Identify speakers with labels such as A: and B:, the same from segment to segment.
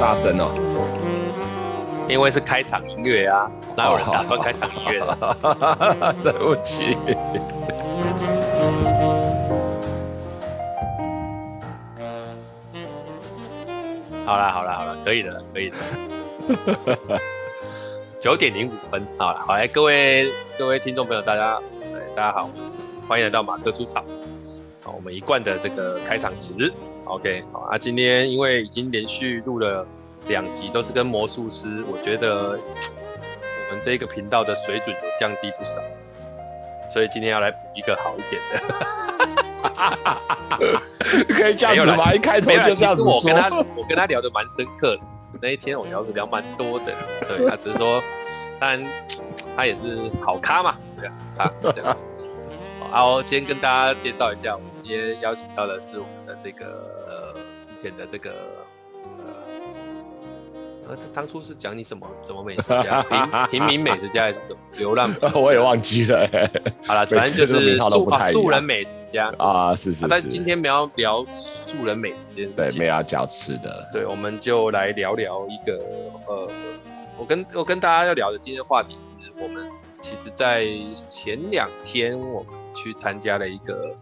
A: 大声哦？
B: 因为是开场音乐啊，哪有人打断开场音乐的？哦
A: 对不起。
B: 好啦好啦好啦，可以的可以的。九点零五分，好了，好来各位各位听众朋友，大家哎大家好，我是欢迎来到马克出场，好，我们一贯的这个开场词，OK，好啊，今天因为已经连续录了两集都是跟魔术师，我觉得嗯我们这个频道的水准有降低不少，所以今天要来补一个好一点的。
A: 可以这样子
B: 没有
A: 吗？一开头
B: 没有啦，啊
A: 就这样子
B: 其实我跟他
A: 说。
B: 我跟他聊得蛮深刻的，那一天我聊得聊蛮多的，对他只是说，当然他也是好咖嘛，对啊，他对啊。好，啊我先跟大家介绍一下，我们今天邀请到的是我们的这个、呃、之前的这个呃，呃，他当初是讲你什么什么美食家， 平平民美食家还是什么流浪美食家？
A: 我也忘记了 欸
B: 好了，反正就
A: 每次这个
B: 是
A: 名号都
B: 素
A: 不太一样
B: 素人美食家。
A: 啊，是
B: 啊
A: 是
B: 但
A: 是，
B: 今天没有聊素人美食这件事
A: 对
B: 情
A: 没，有要讲吃的，
B: 对，我们就来聊聊一个呃，我跟我跟大家要聊的今天的话题是我们其实，在前两天我们去参加了一个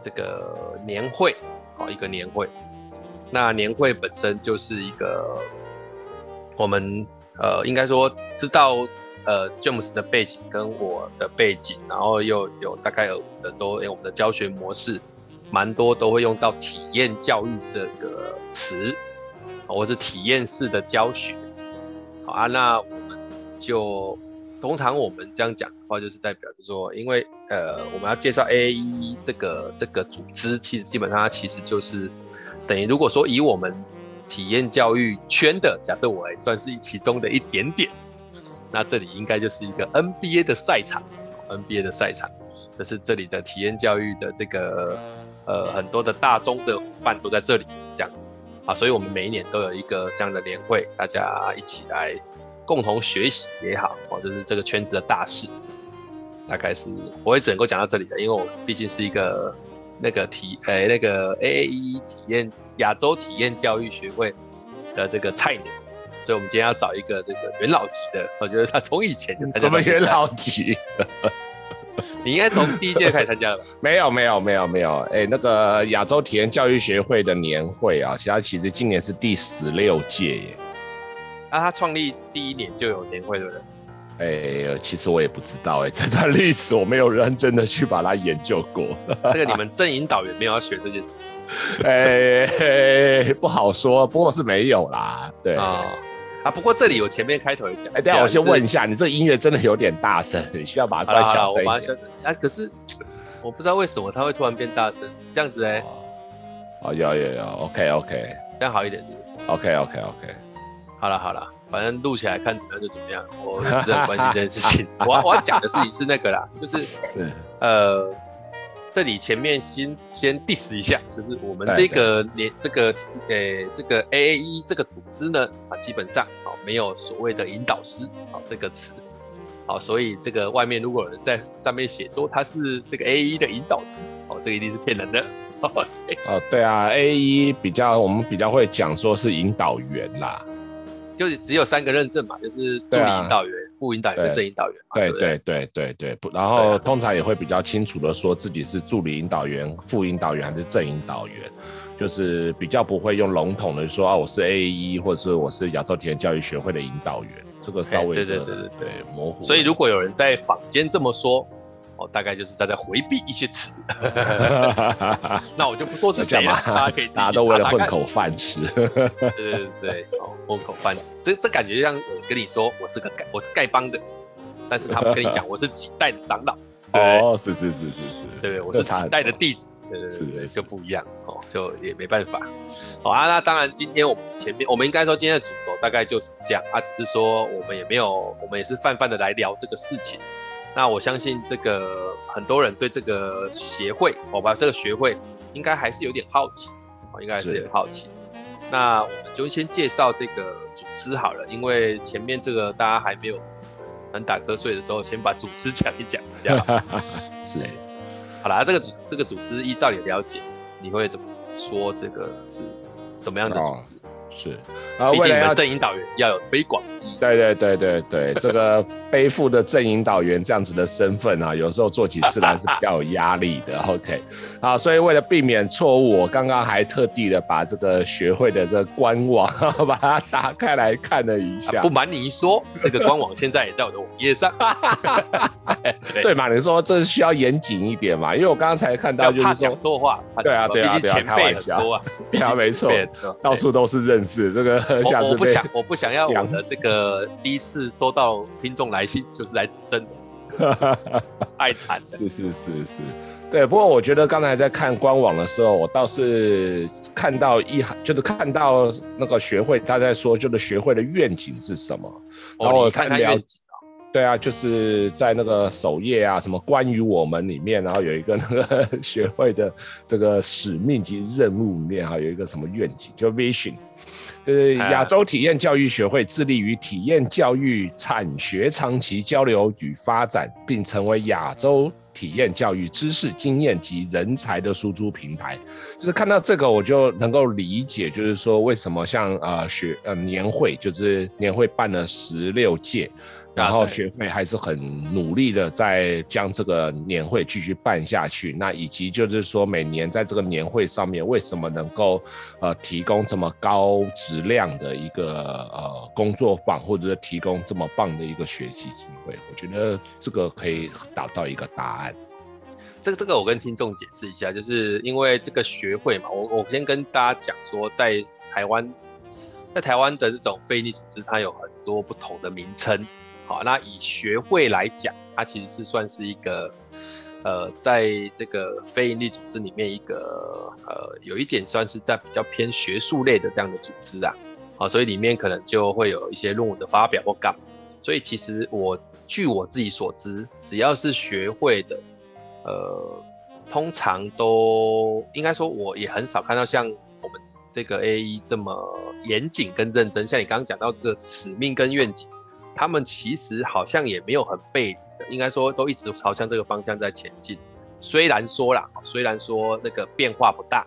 B: 这个年会，好、一个年会。那年会本身就是一个我们呃，应该说知道呃，James 的背景跟我的背景，然后又有大概有的都，诶我们的教学模式蛮多都会用到体验教育这个词，哦或是体验式的教学。好啊，那我们就通常我们这样讲的话，就是代表就是说，因为呃，我们要介绍 AAE 这个这个组织，其实基本上它其实就是等于如果说以我们体验教育圈的，假设我也算是其中的一点点，那这里应该就是一个 NBA 的赛场，NBA 的赛场。就是这里的体验教育的这个呃很多的大宗的伙伴都在这里这样子啊，所以我们每一年都有一个这样的年会，大家一起来共同学习也好，哦，这是这个圈子的大事。大概是我也只能够讲到这里了，因为我毕竟是一个那个体呃、那个 AAE 体验亚洲体验教育学会的这个菜鸟，所以我们今天要找一个这个元老级的，我觉得他从以前就参加
A: 怎么
B: 到现
A: 元
B: 在
A: 老级？
B: 你应该从第一届开始参加了 吧？
A: 没有没有没有没有，哎、那个亚洲体验教育学会的年会啊，其实它其实今年是第十六届耶。
B: 那啊他创立第一年就有年会，对不对？
A: 哎、其实我也不知道哎、 这段历史我没有认真的去把它研究过。
B: 这个你们阵营导员没有要学这件事情
A: 哎、 不好说，不过是没有啦。对，哎、
B: 啊、啊！不过这里我前面开头也讲，
A: 等一下我先问一
B: 下，
A: 下，你这音乐真的有点大声，你需要把它
B: 好了
A: 关
B: 好
A: 小
B: 了，我
A: 声
B: 把
A: 一
B: 它
A: 点
B: 修。正啊。可是我不知道为什么它会突然变大声，这样子哎、
A: 哦，有有有，OK OK
B: 这样好一点是不是
A: OK OK OK，
B: 好了好了，反正录起来看怎么样就怎么样，我不是很关心这件事情。我要我要讲的事情是那个啦，就是
A: 是
B: 呃，这里前面先先 diss 一下，就是我们这
A: 对对
B: 个连这个呃这个 AAE 这个组织呢啊，基本上啊、没有所谓的引导师啊、这个词，好、所以这个外面如果有人在上面写说他是这个 AAE 的引导师，哦，这个一定是骗人的。哦，
A: 哦，对啊，A 一比较我们比较会讲说是引导员啦，
B: 就是只有三个认证嘛，就是助
A: 对
B: 理
A: 啊
B: 引导员、副引导员跟
A: 对
B: 正引导员嘛，
A: 对
B: 不
A: 对对对对，不，然
B: 啊对啊
A: 后通常也会比较清楚的说自己是助理引导员、副引导员还是正引导员，就是比较不会用笼统的说啊，我是 A 一，或者是我是亚洲体验教育学会的引导员，这个稍微
B: 哎对
A: 的
B: 对对对对
A: 模糊了。
B: 所 以如果有人在坊间这么说，哦，大概就是他在回避一些词。那我就不说是谁了，大家可以自己
A: 大家都为了
B: 查查
A: 混
B: 看。
A: 口饭吃，
B: 对对对对，哦，混口饭吃，这这感觉像我跟你说我是个丐，我是丐帮的，但是他们跟你 讲我是几代的长老，对
A: 哦，是是是是是，
B: 对不对？我
A: 这
B: 是
A: 差很
B: 几代的
A: 多
B: 弟子，对对
A: 是
B: 对对，
A: 是
B: 就不一样哦，就也没办法。好啊，那当然，今天我们前面我们应该说今天的主轴大概就是这样啊，只是说我们也没有，我们也是泛泛的来聊这个事情。那我相信这个很多人对这个协会，我、吧，这个学会应该还是有点好奇，哦，应该还是有点好奇。那我们就先介绍这个组织好了，因为前面这个大家还没有很打瞌睡的时候，先把组织讲一讲，这样好
A: 是
B: 对好啦，这个组这个组织依照你的了解，你会怎么说这个是怎么样的组织？
A: 是，啊，
B: 毕
A: 为
B: 竟
A: 了
B: 你
A: 要
B: 们正引导员要有推广的意义。
A: 对对对对对，这个背负的正引导员这样子的身份啊，有时候做起事来是比较有压力的。OK，啊，所以为了避免错误，我刚刚还特地的把这个学会的这个官网 把它打开来看了一下。
B: 啊不瞒你一说，这个官网现在也在我的网 页上。对
A: 对嘛？你说这需要严谨一点嘛？因为我刚刚才看到
B: 要
A: 就
B: 怕
A: 是说
B: 讲，错话，怕
A: 对啊
B: 讲错话
A: 对啊
B: 毕竟
A: 对啊
B: 前
A: 开
B: 辈
A: 玩
B: 很
A: 笑
B: 多啊，
A: 对啊，没错，到处都是认识。这个 下
B: 我
A: 次
B: 我不
A: 被
B: 想我不想要我
A: 养
B: 的这个第一次收到听众来信就是来自真的， 爱惨的。
A: 是是是是，对。不过我觉得刚才在看官网的时候，我倒是看到一行，就是看到那个学会他在说，就是学会的愿景是什么。然后
B: 哦，
A: 我
B: 你看
A: 看
B: 看
A: 了
B: 愿景
A: 对啊，就是在那个首页啊，什么关于我们里面，然后有一个那个 学会的这个使命及任务里面啊，有一个什么愿景，就 vision，就是
B: 啊
A: 亚洲体验教育学会致力于体验教育产学长期交流与发展，并成为亚洲体验教育知识、经验及人才的输出平台。就是看到这个，我就能够理解，就是说为什么像呃学呃年会，就是年会办了十六届，然后
B: 啊对
A: 学会还是很努力的在将这个年会继续办下去。那以及就是说每年在这个年会上面，为什么能够呃提供这么高质量的一个呃工作坊，或者是提供这么棒的一个学习机会？我觉得这个可以达到一个答案。
B: 这个这个我跟听众解释一下，就是因为这个学会嘛，我我先跟大家讲说，在台湾，在台湾的这种非利组织，它有很多不同的名称。好，那以学会来讲，它其实是算是一个，呃，在这个非营利组织里面一个，呃，有一点算是在比较偏学术类的这样的组织啊，好，所以里面可能就会有一些论文的发表或干嘛。所以其实我据我自己所知，只要是学会的，呃，通常都应该说我也很少看到像我们这个 A E 这么严谨跟认真。像你刚刚讲到这个使命跟愿景，他们其实好像也没有很背离的，应该说都一直朝向这个方向在前进。虽然说啦，虽然说那个变化不大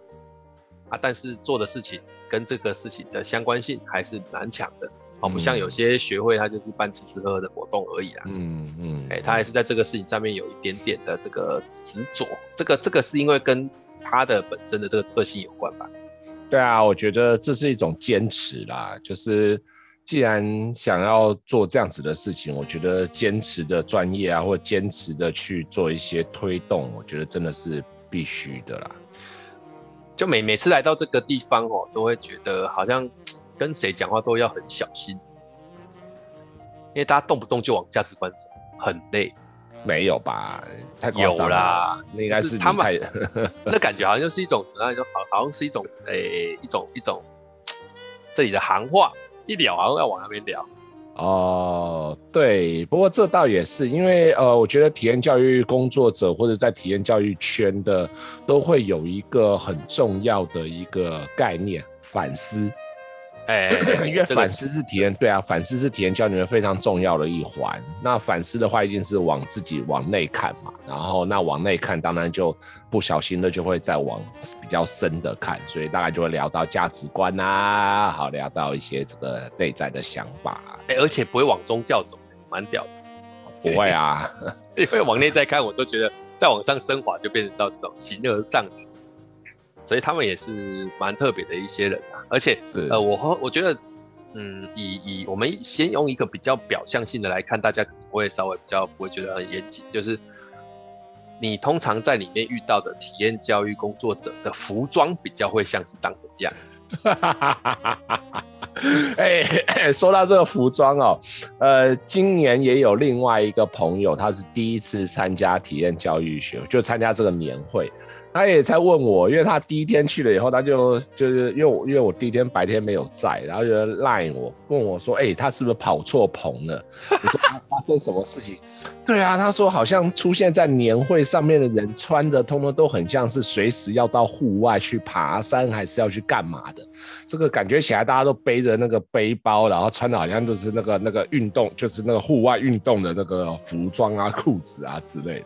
B: 啊，但是做的事情跟这个事情的相关性还是蛮强的。哦，不像
A: 嗯
B: 有些学会，它就是办吃吃喝喝的活动而已啦。
A: 嗯嗯，
B: 哎、他还是在这个事情上面有一点点的这个执着，这个这个是因为跟他的本身的这个个性有关吧？
A: 对啊，我觉得这是一种坚持啦，就是既然想要做这样子的事情，我觉得坚持的专业啊，或坚持的去做一些推动，我觉得真的是必须的啦。
B: 就每每次来到这个地方哦，都会觉得好像跟谁讲话都要很小心，因为大家动不动就往价值观走，很累。
A: 没有吧？太夸
B: 有
A: 张了
B: 啦，
A: 那应该
B: 就是
A: 是你
B: 他们
A: 太
B: 那感觉好像就是一种，那就好，好像是一种，诶、一种一种这里的行话，一聊好像要往那边聊。
A: 哦，对，不过这倒也是，因为呃，我觉得体验教育工作者或者在体验教育圈的，都会有一个很重要的一个概念反思。
B: 哎、
A: 因为
B: 这个
A: 反思是体验，对啊，反思是体验教育里面非常重要的一环。那反思的话，一定是往自己往内看嘛，然后那往内看，当然就不小心的就会再往比较深的看，所以大概就会聊到价值观啊，好聊到一些这个内在的想法啊、
B: 哎、而且不会往宗教走，蛮屌的。
A: 不会啊，
B: 因为往内在看，我都觉得再往上升华就变成到这种形而上人，所以他们也是蛮特别的一些人啊。而且，
A: 是
B: 呃，我和我觉得，嗯，以以我们先用一个比较表象性的来看，大家可能会稍微比较不会觉得很严谨，就是你通常在里面遇到的体验教育工作者的服装比较会像是长什么样。
A: 哎、说到这个服装哦，呃，今年也有另外一个朋友，他是第一次参加体验教育学，就参加这个年会。他也在问我，因为他第一天去了以后，他就就是因为我因为我第一天白天没有在，然后就 line 我问我说，哎、他是不是跑错棚了？ 我说啊发生什么事情？对啊，他说好像出现在年会上面的人穿的，通通都很像是随时要到户外去爬山，还是要去干嘛的。的。这个感觉起来，大家都背着那个背包，然后穿的好像就是那个那个运动，就是那个户外运动的那个服装啊、裤子啊之类的。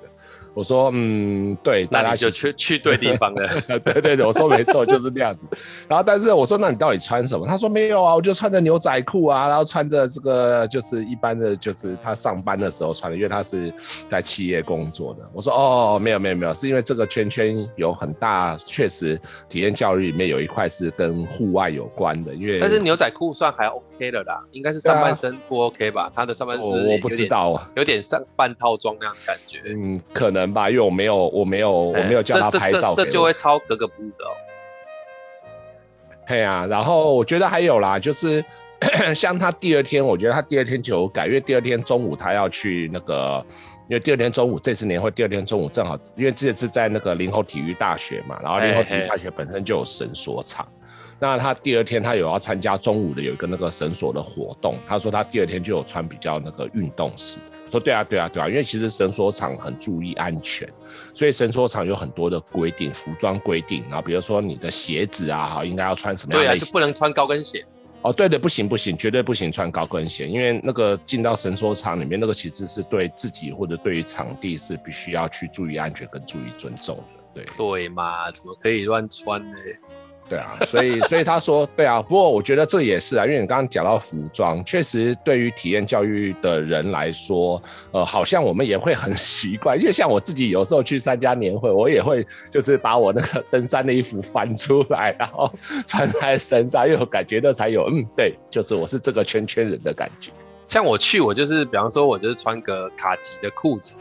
A: 我说，嗯，对，大
B: 那
A: 家
B: 你就
A: 其实
B: 去去对地方了。
A: 对对对，我说没 错，就是那样子。然后，但是我说，那你到底穿什么？他说没有啊，我就穿着牛仔裤啊，然后穿着这个就是一般的，就是他上班的时候穿的，因为他是在企业工作的。我说哦，没有没有没有，是因为这个圈圈有很大，确实体验教育里面有一块是跟户外有关的，因为
B: 但是牛仔裤算还 OK 了啦，应该是上半身不 OK 吧？他的上半身
A: 我
B: 有
A: 我
B: 点
A: 不知，道啊。
B: 有点上半套装那样的感觉。
A: 嗯，可能吧，因为我没有，我没有，我没有叫他
B: 哎这
A: 拍照
B: 这这
A: 给
B: 这就
A: 我
B: 会超格格不入的哦。
A: 对啊，然后我觉得还有啦，就是 像他第二天，我觉得他第二天就有改，因为第二天中午他要去那个，因为第二天中午这次年会，第二天中午正好，因为这次在那个林后体育大学嘛，然后林后体育大学本身就有绳索场。那他第二天他有要参加中午的有一个那个绳索的活动，他说他第二天就有穿比较那个运动式。我说对啊对啊对啊，因为其实绳索场很注意安全，所以绳索场有很多的规定，服装规定，然后比如说你的鞋子啊，好应该要穿什么样
B: 对啊，
A: 类
B: 就
A: 型。
B: 不能穿高跟鞋。
A: 哦，对的，不行不行，绝对不行穿高跟鞋，因为那个进到绳索场里面，那个其实是对自己或者对于场地是必须要去注意安全跟注意尊重的。对
B: 对嘛，怎么可以乱穿呢？
A: 对啊，所以所以他说对啊，不过我觉得这也是啊，因为你刚刚讲到服装，确实对于体验教育的人来说，呃，好像我们也会很习惯，因为像我自己有时候去参加年会，我也会就是把我那个登山的衣服翻出来，然后穿在身上，因为我感觉那才有嗯，对，就是我是这个圈圈人的感觉。
B: 像我去，我就是比方说，我就是穿个卡其的裤子，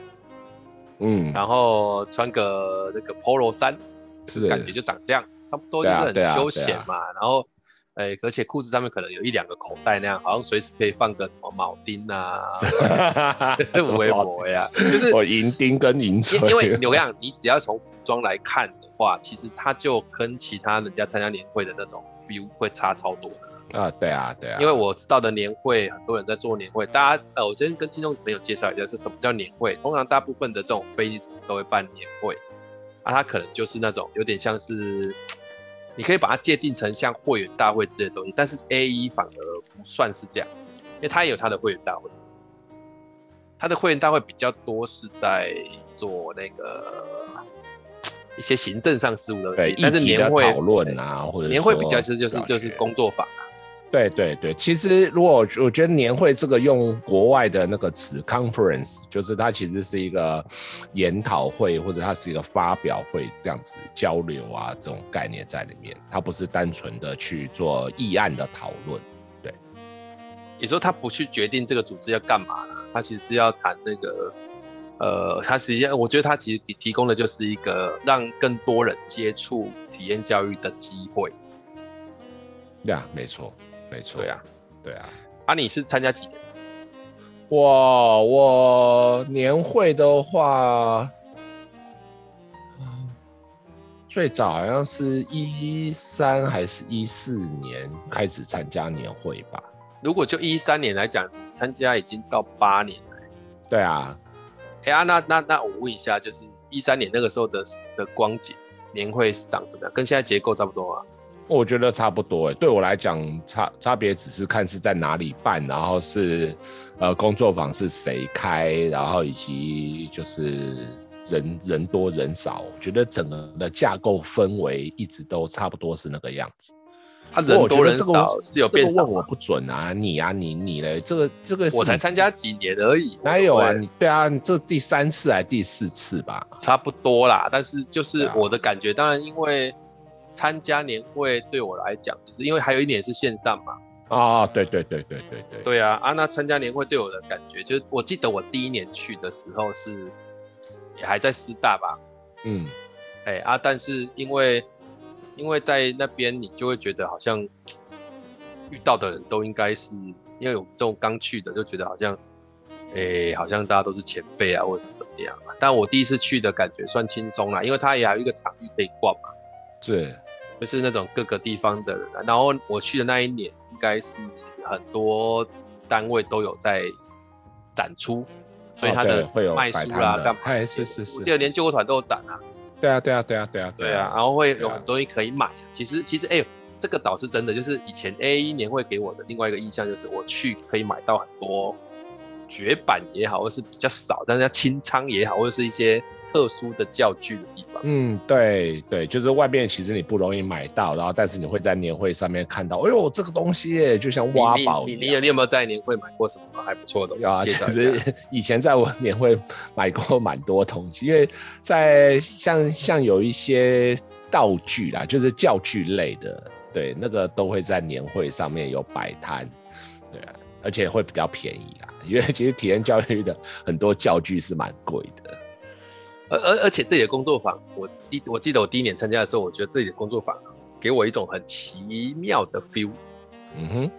A: 嗯，
B: 然后穿个那个 polo 衫，
A: 是
B: 感觉就长这样，差不多就
A: 对
B: 是
A: 啊对
B: 很
A: 啊
B: 休
A: 对
B: 闲
A: 啊
B: 嘛。然后，哎、而且裤子上面可能有一两个口袋那样，好像随时可以放个什么铆钉啊、
A: 什
B: 围
A: 么？
B: 脖呀，就是
A: 我银钉跟银
B: 因
A: 锤，
B: 因为我跟你讲，你只要从服装来看的话，其实它就跟其他人家参加年会的那种 feel 会差超多的。
A: 啊，对啊，对啊，
B: 因为我知道的年会，很多人在做年会，大家呃，我先跟听众朋友介绍一下，是什么叫年会。通常大部分的这种非营利组织都会办年会，啊，它可能就是那种有点像是，你可以把它界定成像会员大会之类的东西，但是 A 一反而不算是这样，因为它也有它的会员大会，它的会员大会比较多是在做那个一些行政上事务的问
A: 对
B: 题，但是
A: 议题的
B: 年会
A: 讨论啊，或者
B: 年会比
A: 说
B: 较是就是就是
A: 表决
B: 工作坊。
A: 对对对，其实如果我我觉得年会这个用国外的那个词 conference，就是它其实是一个研讨会或者它是一个发表会这样子交流啊这种概念在里面，它不是单纯的去做议案的讨论。
B: 也说他不去决定这个组织要干嘛啦，他其实是要谈那个，呃，他实际上我觉得他其实提提供的就是一个让更多人接触体验教育的机会。
A: 对啊，没错，没错，
B: 对啊，
A: 对啊。
B: 啊，你是参加几年？
A: 我我年会的话，嗯最早好像是一三还是一四年开始参加年会吧？
B: 如果就一三年来讲，你参加已经到八年了。
A: 对啊，
B: 哎啊，那那那我问一下，就是一三年那个时候的的光景，年会是长什么样？跟现在结构差不多啊？
A: 我觉得差不多诶，欸对我来讲差差别只是看是在哪里办，然后是呃工作坊是谁开，然后以及就是人人多人少，我觉得整个的架构氛围一直都差不多是那个样子。
B: 啊，
A: 不过
B: 人
A: 我觉
B: 多
A: 得
B: 人
A: 这个
B: 少是有
A: 这
B: 变
A: 个
B: 少
A: 问我
B: 吗？
A: 不准啊，你啊你你嘞，这个这个是
B: 我才
A: 你
B: 参加几年而已，
A: 哪有啊？
B: 对
A: 你对啊，你这第三次还第四次吧？
B: 差不多啦，但是就是
A: 对啊
B: 我的感觉，当然因为参加年会对我来讲，就是因为还有一年是线上嘛，
A: 啊、对对对对对对
B: 对啊，啊那参加年会对我的感觉，就是我记得我第一年去的时候是也还在师大吧，
A: 嗯，
B: 哎、啊，但是因为因为在那边你就会觉得好像遇到的人都应该是，因为我们这种刚去的就觉得好像，哎、好像大家都是前辈啊，或者是怎么样啊。但我第一次去的感觉算轻松啦，因为它也还有一个场域可以逛嘛，
A: 是
B: 就是那种各个地方的人啊、然后我去的那一年，应该是很多单位都有在展出，所以
A: 哦
B: 它
A: 对
B: 的
A: 会有
B: 卖
A: 摆
B: 书
A: 摊
B: 啦、
A: 的
B: 干嘛的？
A: 哎是是是
B: 我记得
A: 是
B: 连救国团都有展啊。
A: 对啊对啊对啊对啊
B: 对啊，然后会
A: 对
B: 有
A: 啊
B: 很多东西可以买。其实其实哎、这个倒是真的，就是以前 A 一年会给我的另外一个印象就是，我去可以买到很多绝版也好，或是比较少，但是要清仓也好，或者是一些特殊的教具的地方。
A: 嗯，对对，就是外面其实你不容易买到，然后但是你会在年会上面看到，哎呦，这个东西耶，就像挖宝
B: 你
A: 一
B: 你你有
A: 样。
B: 你有没有在年会买过什么还不错的东西？
A: 有啊，
B: 介
A: 其
B: 绍一下
A: 实以前在我年会买过蛮多东西，因为在像像有一些道具啦，就是教具类的，对，那个都会在年会上面有摆摊，对啊，而且会比较便宜啦，因为其实体验教育的很多教具是蛮贵的。
B: 而而而且这里的工作坊，我记我记得我第一年参加的时候，我觉得这里的工作坊给我一种很奇妙的 feel，
A: 嗯哼，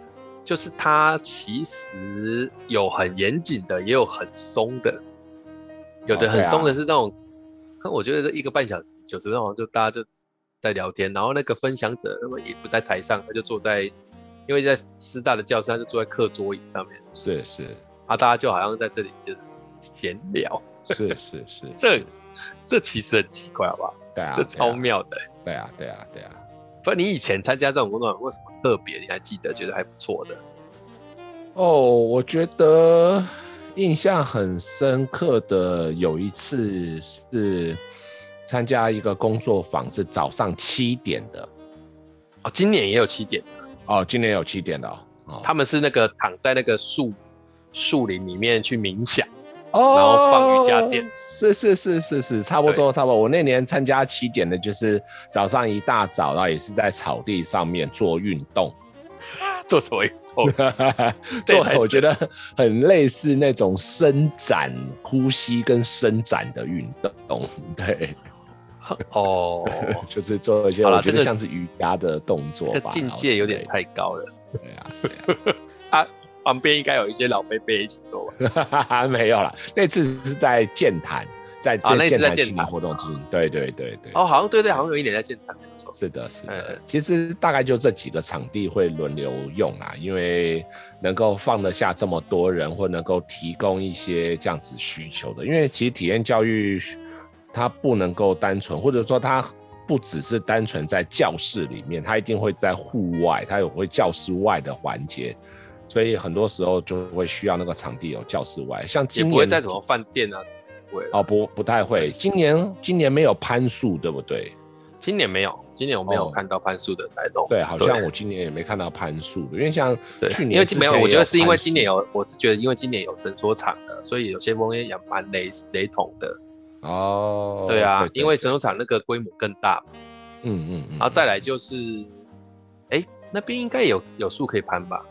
B: 就是它其实有很严谨的，也有很松的，有的
A: 哦
B: 很
A: 对啊
B: 松的是那种，可我觉得这一个半小时九十分钟就大家就在聊天，然后那个分享者那么也不在台上，他就坐在，因为在师大的教室，他就坐在课桌椅上面，
A: 是是
B: 啊，大家就好像在这里就是闲聊，
A: 是是是，
B: 这这其实很奇怪，好不好？
A: 对啊，
B: 这
A: 对啊
B: 超妙的。
A: 对啊，对啊，对啊。
B: 不，你以前参加这种工作坊有没有什么特别？你还记得觉得还不错的？
A: 哦，我觉得印象很深刻的有一次是参加一个工作坊，是早上七点的。
B: 哦，今年也有七点，
A: 哦，今年有七点的哦。哦
B: 他们是那个躺在那个树树林里面去冥想，
A: 哦
B: 然后放瑜伽垫
A: 是是是是是，差不多差不多。我那年参加七点的，就是早上一大早，然后也是在草地上面做运动，
B: 做什么运动？
A: 做我觉得很类似那种伸展、呼吸跟伸展的运动，对。
B: 哦，
A: 就是做一些
B: 好啦
A: 我觉
B: 这
A: 得
B: 个
A: 像是瑜伽的动作
B: 这
A: 吧，
B: 境
A: 然后
B: 界有
A: 之
B: 点
A: 类的
B: 太高了。啊
A: 对啊
B: 旁边应该有一些老贝贝一起做吧？
A: 哈哈， 没有啦，那次是在健谈，在
B: 啊那
A: 健
B: 次
A: 健
B: 在
A: 谈
B: 健
A: 青年
B: 谈啊
A: 活动中心，对对对对，
B: 哦，好像对对，好像有一点在健谈，没有错。
A: 是的，是
B: 呃
A: 的，其实大概就这几个场地会轮流用啦，因为能够放得下这么多人，或能够提供一些这样子需求的，因为其实体验教育它不能够单纯，或者说它不只是单纯在教室里面，它一定会在户外，它有会教室外的环节。所以很多时候就会需要那个场地有教室外，像
B: 也
A: 今
B: 不
A: 年
B: 会在什么饭店啊什么的，不会。
A: 哦不不太会，今年今年没有攀树，对不对？
B: 今年没有，今年我没有
A: 哦
B: 看到攀树的来弄。
A: 对，好像我今年也没看到攀树的，因为像
B: 对，
A: 去
B: 因为
A: 年
B: 今
A: 之
B: 没有，
A: 前
B: 我
A: 也
B: 觉得
A: 有
B: 是因为
A: 攀
B: 今
A: 树
B: 年有，我是觉得因为今年有伸缩场的，所以有些风也蛮雷雷同的。
A: 哦，
B: 对啊，因为
A: 对
B: 神农场那个规模更大，
A: 嗯嗯嗯，
B: 然后再来就是，哎、那边应该有有树可以攀吧？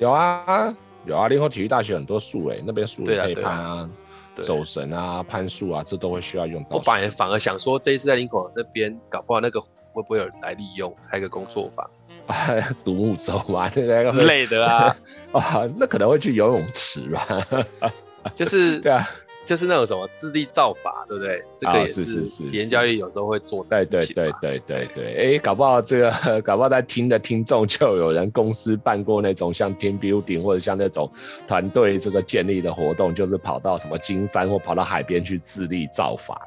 A: 有啊有啊，林口体育大学很多树欸诶，那边树
B: 对
A: 也
B: 啊
A: 可以
B: 对
A: 攀
B: 啊
A: 啊，
B: 对
A: 走绳啊、攀树啊，这都会需要用
B: 我
A: 到树。
B: 反而反而想说，这一次在林口那边，搞不好那个湖会不会有人来利用，开个工作坊
A: 独木舟嘛， 对那
B: 之
A: 个
B: 类的啊？
A: 啊，那可能会去游泳池吧？
B: 就是
A: 对啊，
B: 就是那种什么自力造法，对不对？这个
A: 啊
B: 也
A: 是是是
B: 体验
A: 是
B: 教育有时候会做
A: 对
B: 的事
A: 对
B: 情嘛。
A: 对对对对，哎，搞不好这个， 搞不好在听的听众就有人公司办过那种像 team building 或者像那种团队这个建立的活动，就是跑到什么金山或跑到海边去自力造法。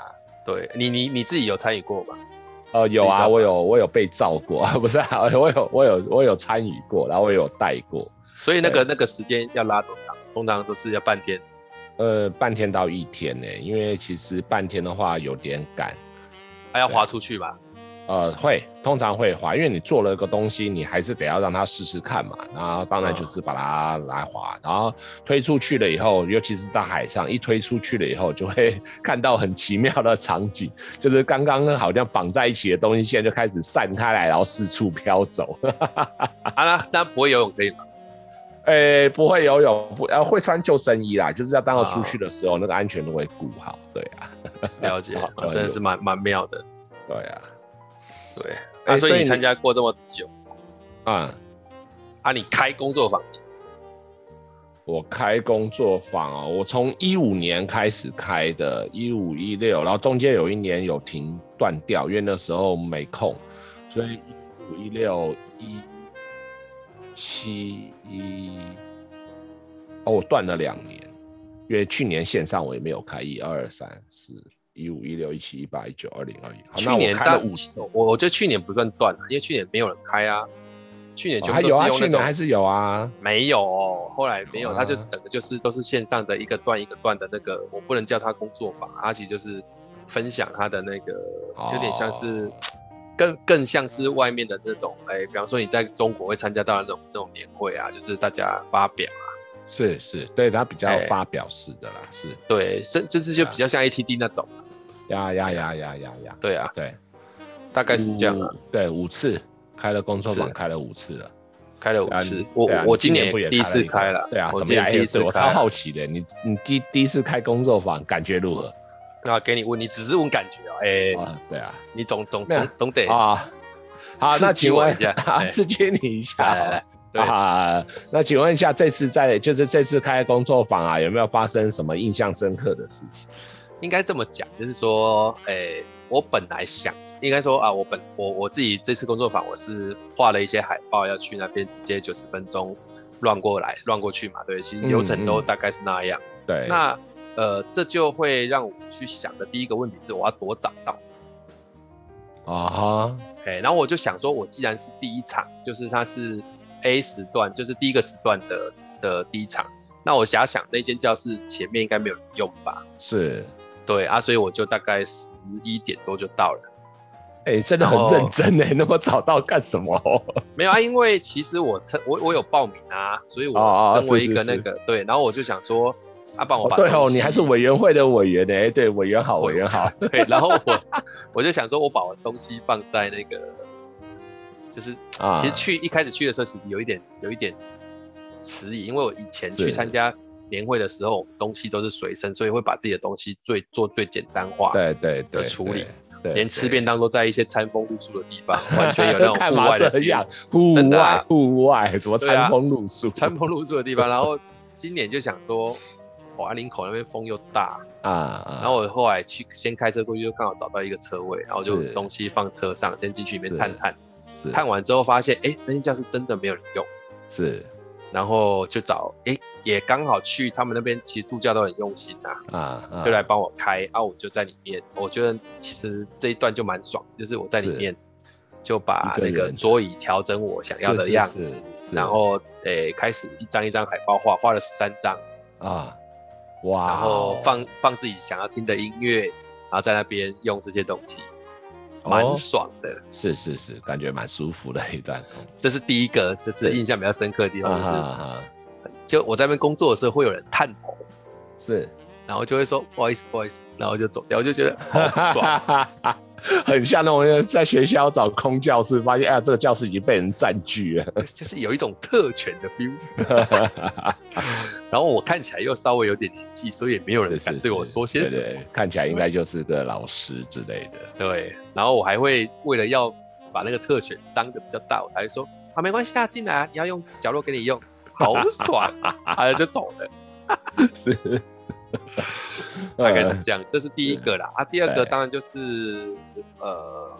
B: 对，你你你自己有参与过吗？
A: 呃，有
B: 自己造
A: 啊，
B: 吗
A: 我有我有被照过， 不是、啊，我有我有我有参与过，然后我有带过，
B: 所以那个那个时间要拉多长？通常都是要半天。
A: 呃，半天到一天呢、因为其实半天的话有点赶，
B: 还啊要滑出去嘛？
A: 呃，会通常会滑，因为你做了个东西，你还是得要让它试试看嘛。然后当然就是把它来滑，然后推出去了以后，尤其是在海上，一推出去了以后，就会 看到很奇妙的场景，就是刚刚好像绑在一起的东西，现在就开始散开来，然后四处飘走。
B: 啊，那那不会游泳可以吗？
A: 诶、哎不会游泳，不呃会穿救生衣啦，就是要当我出去的时候，那个安全都会顾好。对啊，
B: 了 解，
A: 好
B: 啊真的是蛮蛮妙的。
A: 对啊，
B: 对，
A: 哎
B: 啊，所
A: 所
B: 以
A: 以
B: 你
A: 你
B: 参加过这么久
A: 啊、
B: 啊？你开工作坊，
A: 我开工作坊哦，我从一五年开始开的，一五一六，然后中间有一年有停断掉，因为那时候没空，所以一五一六一七一哦，我断了两年，因为去年线上我也没有开，一二三四一五、一六、一七、一八、一九、二零、二一。好，
B: 去
A: 那
B: 年
A: 我开了
B: 大
A: 五，
B: 我我觉得去年不算断啊了，因为去年没有人开啊，去年
A: 哦
B: 全
A: 还
B: 部都
A: 有啊，去
B: 是用那
A: 年
B: 种、
A: 还是有啊。
B: 没有、后来没有，
A: 有啊
B: 它就是整个就是都是线上的一个段一个段的那个，我不能叫它工作坊，它其实就是分享它的那个，有点像是、
A: 哦
B: 更更像是外面的那种，哎，比方说你在中国会参加到的那种那种年会啊，就是大家发表啊，
A: 是是，对他比较
B: 哎
A: 发表式的啦，是
B: 对，甚甚至就比较像 ATD 那种，啊
A: 呀呀呀呀呀呀，
B: 对啊，
A: 对，
B: 大概是这样啊，
A: 五，对，五次开了工作坊，
B: 是
A: 开了五次了。
B: 开了五
A: 对啊
B: 次
A: 你，
B: 我
A: 对啊
B: 我
A: 你今
B: 今
A: 不也
B: 第一次
A: 个
B: 开了，
A: 对啊，
B: 我
A: 怎么
B: 今年
A: 样？
B: 第一
A: 哎
B: 次
A: 对我
B: 开
A: 超
B: 了
A: 好奇的，你你第第一次开工作坊感觉如何？
B: 那给你问，你只是问感觉啊，哎、
A: 啊，对啊，
B: 你总总
A: 没有
B: 总总得
A: 啊， 好，那
B: 刺激
A: 请
B: 我
A: 问
B: 一下
A: 啊
B: 哎
A: 刺激你一下
B: 来
A: 好了
B: 来来，对
A: 啊，那请问一下，这次在就是这次开工作坊啊，有没有发生什么印象深刻的事情？
B: 应该这么讲，就是说，哎、我本来想，应该说啊，我本我我自己这次工作坊，我是画了一些海报，要去那边直接九十分钟乱过来乱过去嘛，对，其实
A: 嗯
B: 流程都
A: 嗯
B: 大概是那样。
A: 对，
B: 那呃，这就会让我去想的第一个问题是，我要多找到。
A: 啊哈，
B: 哎、然后我就想说，我既然是第一场，就是它是 A 时段，就是第一个时段的的第一场，那我遐想那间教室前面应该没有人用吧？
A: 是，
B: 对啊，所以我就大概十一点多就到了。
A: 哎，真的很
B: 然后
A: 认真哎，那么早到干什么？
B: 没有啊，因为其实我趁我我有报名啊，所以
A: 哦
B: 我
A: 哦
B: 身为
A: 是
B: 一个
A: 是
B: 那个对，然后我就想说，啊，不然我把
A: 对哦
B: 东，西哦
A: 你还是委员会的委员呢？哎，对，委员好，委员好，
B: 对，然后我我就想说，我把我东西放在那个，就是
A: 啊
B: 其实去一开始去的时候，其实有一点有一点迟疑，因为我以前
A: 是
B: 去参加年会的时候，东西都是随身，所以会把自己的东西最做最简单化，
A: 对对对，
B: 的处理
A: 对，对，
B: 连吃
A: 对
B: 便当都在一些餐风露宿的地 方，完全有那种
A: 干
B: 户
A: 嘛
B: 外的
A: 这
B: feel
A: 样？户
B: 真的
A: 外
B: 啊
A: 户外什么
B: 对啊
A: 餐风露宿
B: 餐风露宿的地方。然后今年就想说，华林口那边风又大，
A: 啊啊
B: 然后我后来去先开车过去，就刚好找到一个车位，然后就是东西放车上，先进去里面
A: 是
B: 探探。
A: 是
B: 探完之后发现，哎，那间教室真的没有人用，
A: 是
B: 然后就找，哎，也刚好去他们那边，其实助教都很用心啊，
A: 啊啊，
B: 就来帮我开啊，我就在里面。我觉得其实这一段就蛮爽，就是我在里
A: 是
B: 面就把
A: 一个
B: 那个
A: 人
B: 桌椅调整我想要的
A: 是
B: 样
A: 是
B: 子，
A: 是
B: 然后诶开始一张一张海报画，画了十三张，
A: 啊哇，哦
B: 然后放放自己想要听的音乐，然后在那边用这些东西，
A: 哦
B: 蛮爽的。
A: 是是是，感觉蛮舒服的一 段工
B: 这是第一个，就是印象比较深刻的地
A: 作
B: 方，
A: 啊
B: 就是、
A: 哈
B: 就我在那边工作的时候，会有人探头，
A: 啊是，
B: 然后就会说不好意思，不好意思，然后就走掉，我 就觉得好爽。
A: 爽。很像那种在学校找空教室，发现哎呀，这个教室已经被人占据了。
B: 就就是有一种特权的 feel。然后我看起来又稍微有点年纪，所以也没有人
A: 是
B: 敢
A: 是
B: 对我
A: 是
B: 说些
A: 对
B: 什么。
A: 对看起来应该就是个老师之类的。
B: 对，然后我还会为了要把那个特权张的比较大，我还会说啊没关系啊，进来啊，你要用角落给你用，好爽啊，啊 就走了，
A: 是，
B: 大概
A: 呃
B: 是这样。这是第一个啦，啊，第二个
A: 对
B: 当然就是呃，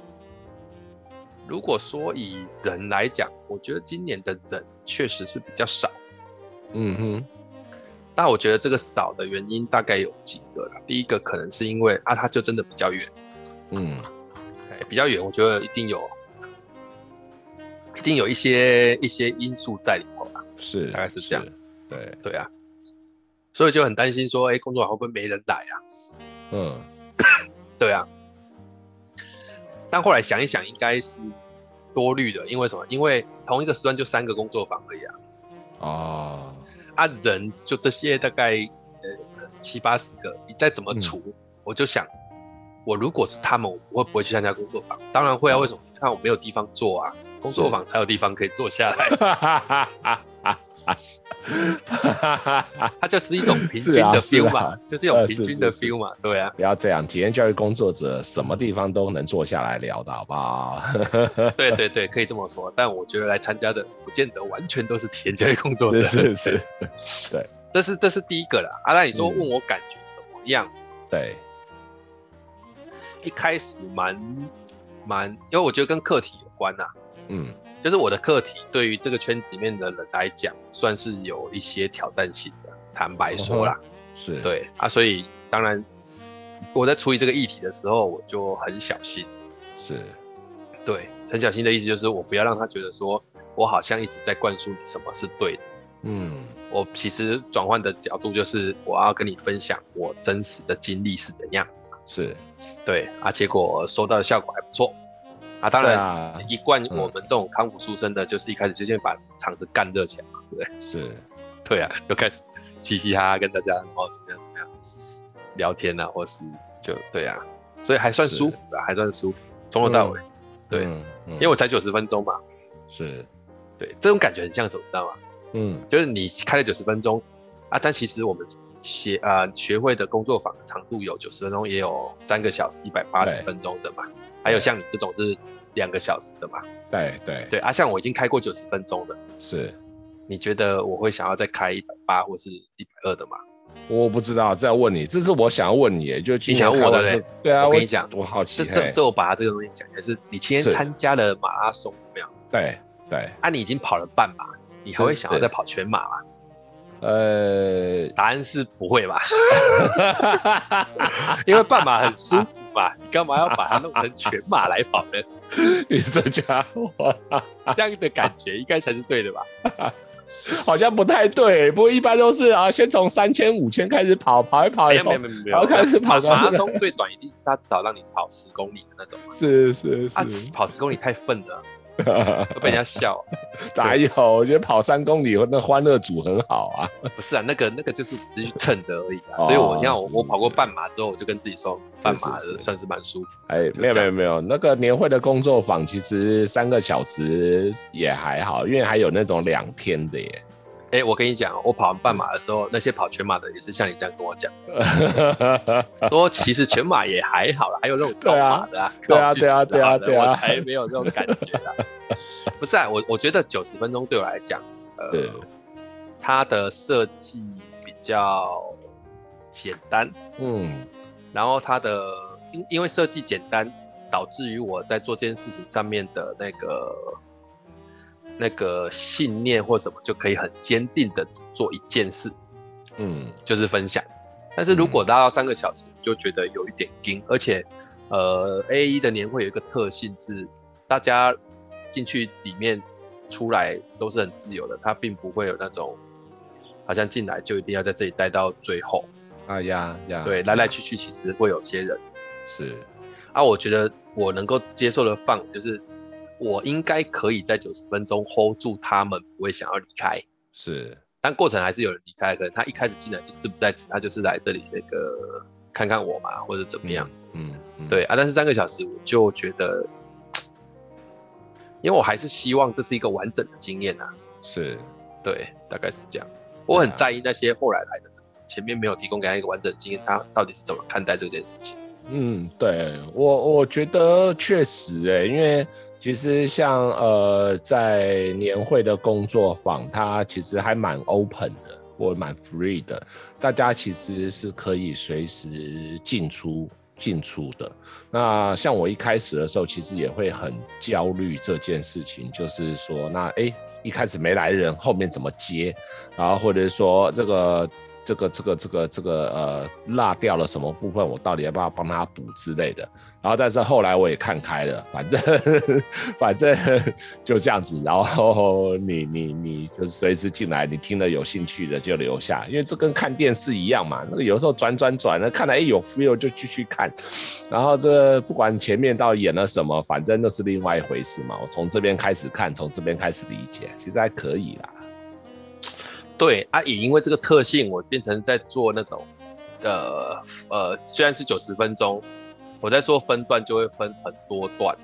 B: 如果说以人来讲，我觉得今年的人确实是比较少。
A: 嗯哼，
B: 但我觉得这个少的原因大概有几个啦。第一个可能是因为啊，它就真的比较远，
A: 嗯，
B: 哎比较远，我觉得一定有，一定有一些一些因素在里头啦。
A: 是，
B: 大概是这样，
A: 对，
B: 对啊，所以就很担心说，哎、工作坊会不会没人来啊？
A: 嗯，
B: 对啊。但后来想一想，应该是多虑的，因为什么？因为同一个时段就三个工作坊而已啊，
A: 哦，
B: 啊人就这些大概呃七八十个，你再怎么除，
A: 嗯
B: 我就想，我如果是他们，我会不会去参加工作坊？当然会啊，为什么？你看我没有地方坐啊，工作坊才有地方可以坐下 来，
A: 哈哈哈哈哈哈！
B: 它就是一种平均
A: 是啊
B: 的
A: 是啊
B: feel 嘛，就是一种
A: 呃
B: 平
A: 是
B: 均
A: 是
B: 的
A: 是
B: feel 嘛，对啊，
A: 不要这样，体验教育工作者什么地方都能坐下来聊的好不好？
B: 对对对，可以这么说。但我觉得来参加的，不见得完全都是体验教育工作者，
A: 是是是，
B: 这是这是第一个啦。啊，那你说
A: 嗯
B: 问我感觉怎么样？
A: 对，
B: 一开始蛮蛮，因为我觉得跟课题有关啊呐、
A: 嗯，
B: 就是我的课题对于这个圈子里面的人来讲，算是有
A: 哦
B: 一些挑战性的。坦白说啦，
A: 是，
B: 对啊，所以当然我在处理这个议题的时候，我就很小心。
A: 是
B: 对，很小心的意思就是我不要让他觉得说我好像一直在灌输你什么是对的。
A: 嗯
B: 我其实转换的角度就是我要跟你分享我真实的经历是怎样。
A: 是，
B: 对啊，结果收到的效果还不错。啊，当
A: 对
B: 然，
A: 啊
B: 一贯
A: 嗯
B: 我们这种康复出身的，就是一开始就先把场子干热起来嘛。
A: 是
B: 对啊，就开始嘻嘻哈哈跟大家哦怎么样怎么样聊天啊，或是就对啊，所以还算
A: 是
B: 舒服的，还算舒服，从头到尾，对，
A: 嗯嗯
B: 因为我才九十分钟嘛，
A: 是
B: 对，这种感觉很像什么，你知道吗？
A: 嗯
B: 就是你开了九十分钟啊，但其实我们协啊学会的工作坊长度有九十分钟，也有三个小时、一百八十
A: 对
B: 分钟的嘛，还有像你这种是两个小时的嘛，
A: 对对
B: 对啊，像我已经开过九十分钟的，
A: 是。
B: 你觉得我会想要再开一百八或是一百二的吗？
A: 我不知道，这要问你，这是我想要问你，就今
B: 你想
A: 年
B: 问我
A: 看完
B: 对不
A: 这，对啊，
B: 我跟你讲
A: 我好奇，
B: 这这
A: 嘿
B: 这我把这个东西讲一下，就是你今天
A: 是
B: 参加了马拉松，有没有？
A: 对对，
B: 啊，你已经跑了半马，你还会想要
A: 是
B: 再跑全马吗？
A: 呃，
B: 答案是不会吧， 因为半马很舒服嘛，你干嘛要把它弄成全马来跑呢？
A: 你这家伙
B: 这样的感觉应该才是对的吧？
A: 好像不太对，不过一般都是啊，先从三千、五千开始跑，跑一跑
B: 没
A: 以
B: 有
A: 后
B: 没有，没有没
A: 然
B: 有，
A: 后哎开始跑
B: 马马拉松最短一定是它至少让你跑十公里的那种嘛。
A: 是是
B: 啊，
A: 是，
B: 跑十公里太愤 了，会被人家笑。
A: 哪有？我觉得跑三公里那欢乐组很好啊，
B: 不是啊，那个那个就是只是去蹭的而已啊。
A: 哦
B: 所以我你看我
A: 是
B: 我跑过
A: 是
B: 半马之后，我就跟自己说，半马
A: 是是
B: 算是蛮舒服。
A: 哎，
B: 就
A: 没有
B: 这
A: 没
B: 样
A: 有没有，那个年会的工作坊其实三个小时也还好，因为还有那种两天的耶。
B: 哎、我跟你讲哦，我跑完半马的时候，那些跑全马的也是像你这样跟 我讲，说其实全马也还好啦，还有那种超马的啊，
A: 对啊
B: 跟我去死好了
A: 对啊对啊对啊
B: 我才没有这种感觉啦。 不是啊，我我觉得九十分钟对我来讲，呃
A: 对，
B: 它的设计比较简单，
A: 嗯，
B: 然后它的因因为设计简单，导致于我在做这件事情上面的那个那个信念或什么，就可以很坚定的只做一件事，
A: 嗯，
B: 就是分享。但是如果拉到三个小时，就觉得有一点硬，而且呃，A 一的年会有一个特性是，大家进去里面出来都是很自由的，它并不会有那种好像进来就一定要在这里待到最后。
A: 啊呀呀，
B: 对，来来去去其实会有些人。
A: 是，
B: 啊，我觉得我能够接受的范围就是，我应该可以在九十分钟 hold 住他们不会想要离开，
A: 是
B: 但过程还是有人离开，可能他一开始进来就志不在此，他就是来这里那个看看我嘛，或者怎么样，，
A: 嗯，嗯
B: 对，啊，但是三个小时我就觉得，因为我还是希望这是一个完整的经验啊，
A: 是
B: 对，大概是这样，我很
A: 对啊
B: 在意那些后来来的。前面没有提供给他一个完整的经验，他到底是怎么看待这件事情？
A: 嗯，对我我觉得确实诶、因为其实像呃，在年会的工作坊，它其实还蛮 open 的，或蛮 free 的，大家其实是可以随时进出进出的。那像我一开始的时候，其实也会很焦虑这件事情，就是说，那诶，一开始没来人，后面怎么接？然后或者说这个这个这个这个这个呃落掉了什么部分，我到底要不要帮他补之类的。然后但是后来我也看开了，反正 反正 就这样子。然后你你你就是随时进来，你听了有兴趣的就留下，因为这跟看电视一样嘛。那个有时候转转转，那看来哎有 feel 就继续看。然后这不管前面到底演了什么，反正那是另外一回事嘛。我从这边开始看，从这边开始理解，其实还可以啦。
B: 对啊，也因为这个特性，我变成在做那种，呃呃，虽然是九十分钟，我在说分段就会分很多段，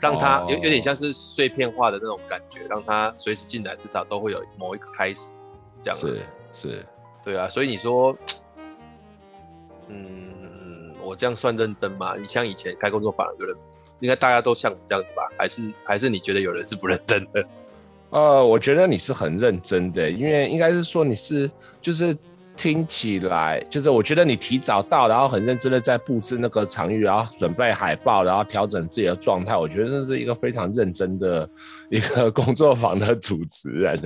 B: 让它
A: 哦
B: 有有点像是碎片化的那种感觉，让它随时进来至少都会有某一个开始，这样啊
A: 是是，
B: 对啊，所以你说，嗯，我这样算认真吗？你像以前开工作坊有人，应该大家都像我这样子吧？还是还是你觉得有人是不认真的？
A: 呃，我觉得你是很认真的，因为应该是说你是就是听起来，就是我觉得你提早到，然后很认真的在布置那个场域，然后准备海报，然后调整自己的 状态，我觉得这是一个非常认真的一个工作坊的主持人。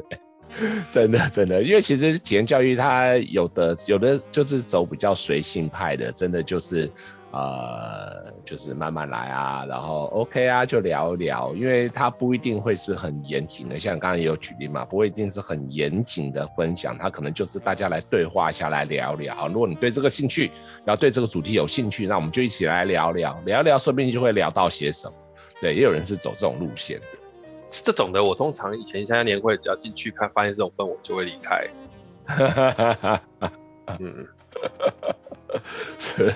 A: 真的真的，因为其实体验教育它有的有的就是走比较随性派的，真的就是呃就是慢慢来啊，然后 OK 啊就聊一聊，因为它不一定会是很严谨的，像刚刚也有举例嘛，不会一定是很严谨的分享，它可能就是大家来对话一下来聊聊，如果你对这个兴趣，然后对这个主题有兴趣，那我们就一起来聊聊聊聊，说不定就会聊到些什么。对，也有人是走这种路线的。
B: 这种的，我通常以前参加年会，只要进去看，发现这种氛围，我就会离开。 嗯，
A: 是，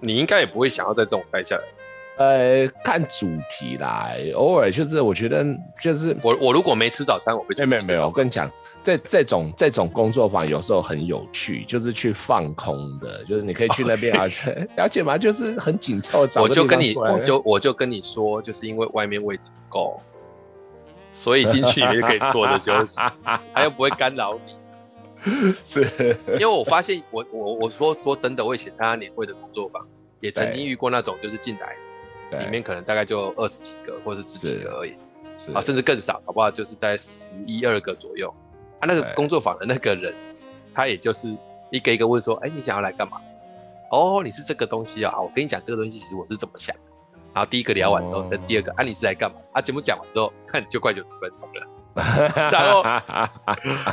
B: 你应该也不会想要在这种待下来。
A: 呃，看主题啦，偶尔就是我觉得就是
B: 我我如果没吃早餐，我会去
A: 哎没有没有没
B: 吃
A: 有，
B: 早
A: 我跟你讲，这这种这种工作坊有时候很有趣，就是去放空的，就是你可以去那边啊，了解吗？就是很紧凑，找
B: 我
A: 个
B: 就
A: 地
B: 跟
A: 方
B: 你，
A: 坐在
B: 我
A: 那
B: 就我就跟你说，就是因为外面位置不够，所以进去里面就可以坐着 休息，他又不会干扰你。
A: 是，
B: 因为我发现我，我我说说真的，我以前参加年会的工作坊，也曾经
A: 对
B: 遇过那种，就是进来
A: 对
B: 里面可能大概就二十几个或是十几
A: 是
B: 个而已，
A: 是
B: 啊，甚至更少，好不好？就是在十一二个左右。他、那个
A: 对
B: 工作坊的那个人，他也就是一个一个问说：“哎、你想要来干嘛？哦，你是这个东西啊、啊我跟你讲，这个东西其实我是怎么想。”然后第一个聊完之后，
A: 哦
B: 那、第二个啊，你是来干嘛？啊，节目讲完之后，看就快九十分钟了， 然后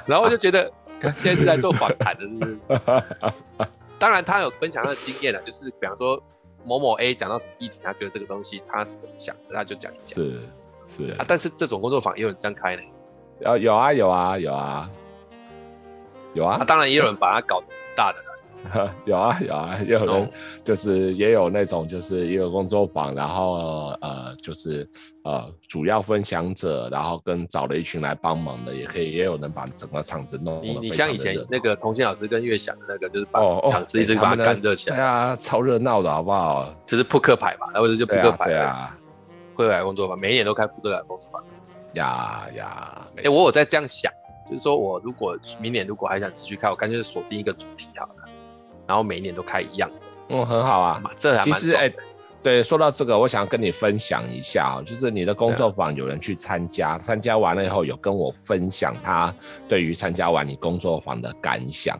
B: 然后我就觉得现在是在做访谈的，是不是？ 当然，他有分享他的经验了，就是比方说某某 A 讲到什么议题，他觉得这个东西他是怎么想的，他就讲一讲
A: 是是
B: 啊。但是这种工作坊也有人这样开呢，
A: 啊有啊有啊有啊有
B: 啊，
A: 啊
B: 当然也有人把它搞得很 大的啦，
A: 有啊有啊，也有人就是也有那种就是也有工作坊，然后呃就是呃主要分享者，然后跟找了一群来帮忙的，也可以也有人把整个场子弄得
B: 你你
A: 非
B: 像
A: 常
B: 以
A: 的
B: 前
A: 热闹
B: 那个童心老师跟岳翔的那个，就是把
A: 哦哦
B: 场子一
A: 对
B: 直把
A: 他
B: 它
A: 们
B: 干
A: 那
B: 热起
A: 对
B: 来，
A: 啊，超热闹的好不好？
B: 就是扑克牌嘛，然后就是扑
A: 对
B: 克
A: 啊
B: 牌
A: 对
B: 的
A: 啊
B: 扑克牌工作坊，每一年都开扑克牌工作坊。
A: 呀呀，没
B: 哎，我
A: 错
B: 有在这样想，就是说我如果明年如果还想持续开，我干脆锁定一个主题好了，然后每一年都开一样的
A: 嗯很好啊，
B: 嘛，这还
A: 其
B: 蛮
A: 实
B: 爽
A: 哎
B: 的。
A: 对，说到这个，我想跟你分享一下哦，就是你的工作坊有人去参加，参加完了以后有跟我分享他对于参加完你工作坊的感想。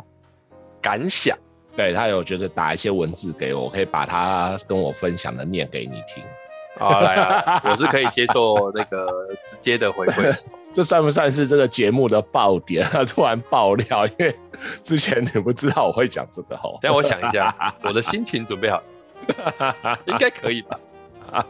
B: 感想
A: 对他有就是打一些文字给我，我可以把他跟我分享的念给你听。哦
B: 啊，来来来， 我是可以接受那个直接的回馈。
A: 这算不算是这个节目的爆点？他 突然爆料，因为之前你不知道我会讲这个哦。
B: 等一下我想一下，我的心情准备好了，应该可以吧？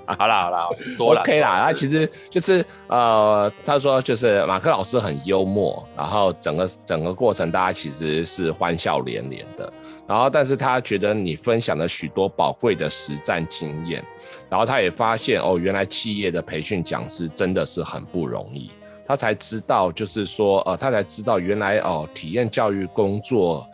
B: 好啦好啦，说了
A: OK 啦，他啊
B: 实
A: 其实就是呃，他说就是马克老师很幽默，然后整个整个过程大家其实是欢笑连连的，然后但是他觉得你分享了许多宝贵的实战经验，然后他也发现哦，原来企业的培训讲师真的是很不容易。他才知道，就是说，呃，他才知道原来哦，体验教育工作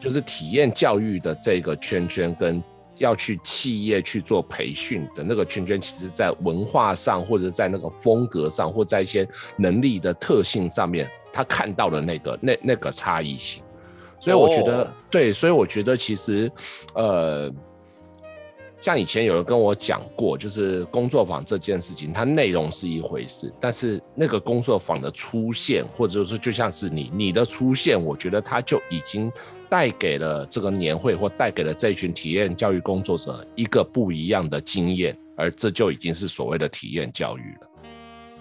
A: 就是体验教育的这个圈圈跟。要去企业去做培训的那个圈圈，其实在文化上，或者在那个风格上，或在一些能力的特性上面，他看到了那个那那个差异性。所以我觉得，
B: 哦
A: 对，所以我觉得其实，呃，像以前有人跟我讲过，就是工作坊这件事情，它内容是一回事，但是那个工作坊的出现，或者说就像是你你的出现，我觉得它就已经带给了这个年会或带给了这一群体验教育工作者一个不一样的经验，而这就已经是所谓的体验教育了。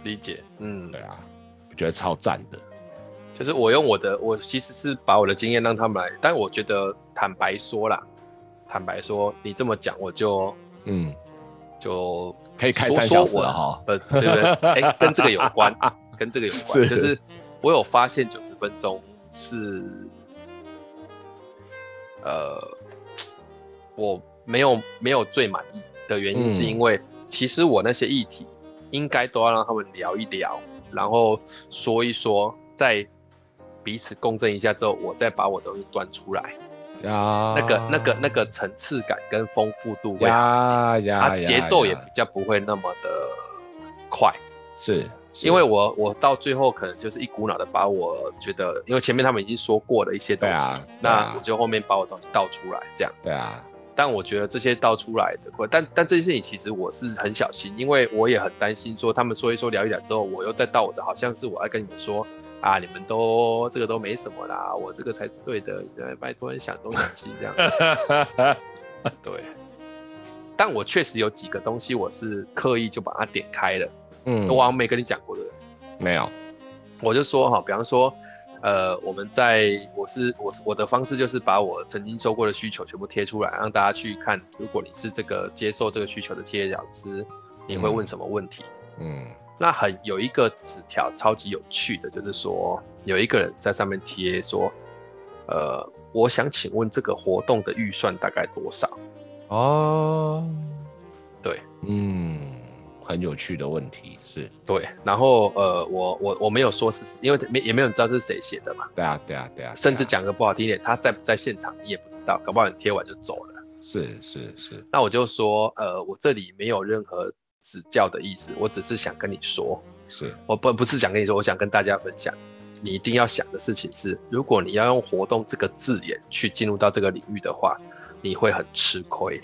B: 理解，嗯
A: 对，啊，我觉得超赞的。
B: 就是我用我的，我其实是把我的经验让他们来，但我觉得坦白说啦，坦白说，你这么讲我就
A: 嗯，
B: 就
A: 可以开
B: 说
A: 三小
B: 说
A: 时啊
B: 我
A: 了哈。
B: 呃，对不对？哎、跟这个有 关，跟这个有关，
A: 是
B: 就是我有发现九十分钟是，呃，我没有没有最满意的原因，
A: 嗯
B: 是因为其实我那些议题应该都要让他们聊一聊，然后说一说，再彼此共振一下之后，我再把我的东西端出来，
A: 呀，
B: 那个那个那个层次感跟丰富度会好
A: 啊呀呀，
B: 啊，节
A: 呀
B: 奏也
A: 呀
B: 比较不会那么的快，
A: 是，是
B: 因为我我到最后可能就是一股脑的把我觉得，因为前面他们已经说过的一些东
A: 对
B: 西，
A: 啊对
B: 那
A: 啊
B: 我就后面把我东西倒出来这样。
A: 对 啊，
B: 但我觉得这些倒出来的，但但这些事情其实我是很小心，因为我也很担心说他们说一说聊一聊之后，我又再到我的，好像是我要跟你们说，啊，你们都这个都没什么啦，我这个才是对的，你在拜托你想东想西这样 子。对，但我确实有几个东西我是刻意就把它点开了，
A: 嗯，
B: 我好像没跟你讲过的。
A: 没有，
B: 我就说哈，比方说，呃，我们在我是我我的方式就是把我曾经收过的需求全部贴出来，让大家去看。如果你是这个接受这个需求的企业讲师，你会问什么问题？
A: 嗯
B: 那很有一个纸条超级有趣的，就是说有一个人在上面贴说，呃，我想请问这个活动的预算大概多少？
A: 哦，
B: 对，
A: 嗯，很有趣的问题是，
B: 对，然后呃，我我我没有说是，因为没也没有人知道是谁写的嘛，
A: 对啊对啊对啊，
B: 甚至
A: 对啊
B: 讲个不好听一点，他在不在现场你也不知道，搞不好你贴完就走了。
A: 是是是，
B: 那我就说，呃，我这里没有任何指教的意思，我只是想跟你说，
A: 是，
B: 我不不是想跟你说，我想跟大家分享，你一定要想的事情是，如果你要用活动这个字眼去进入到这个领域的话，你会很吃亏。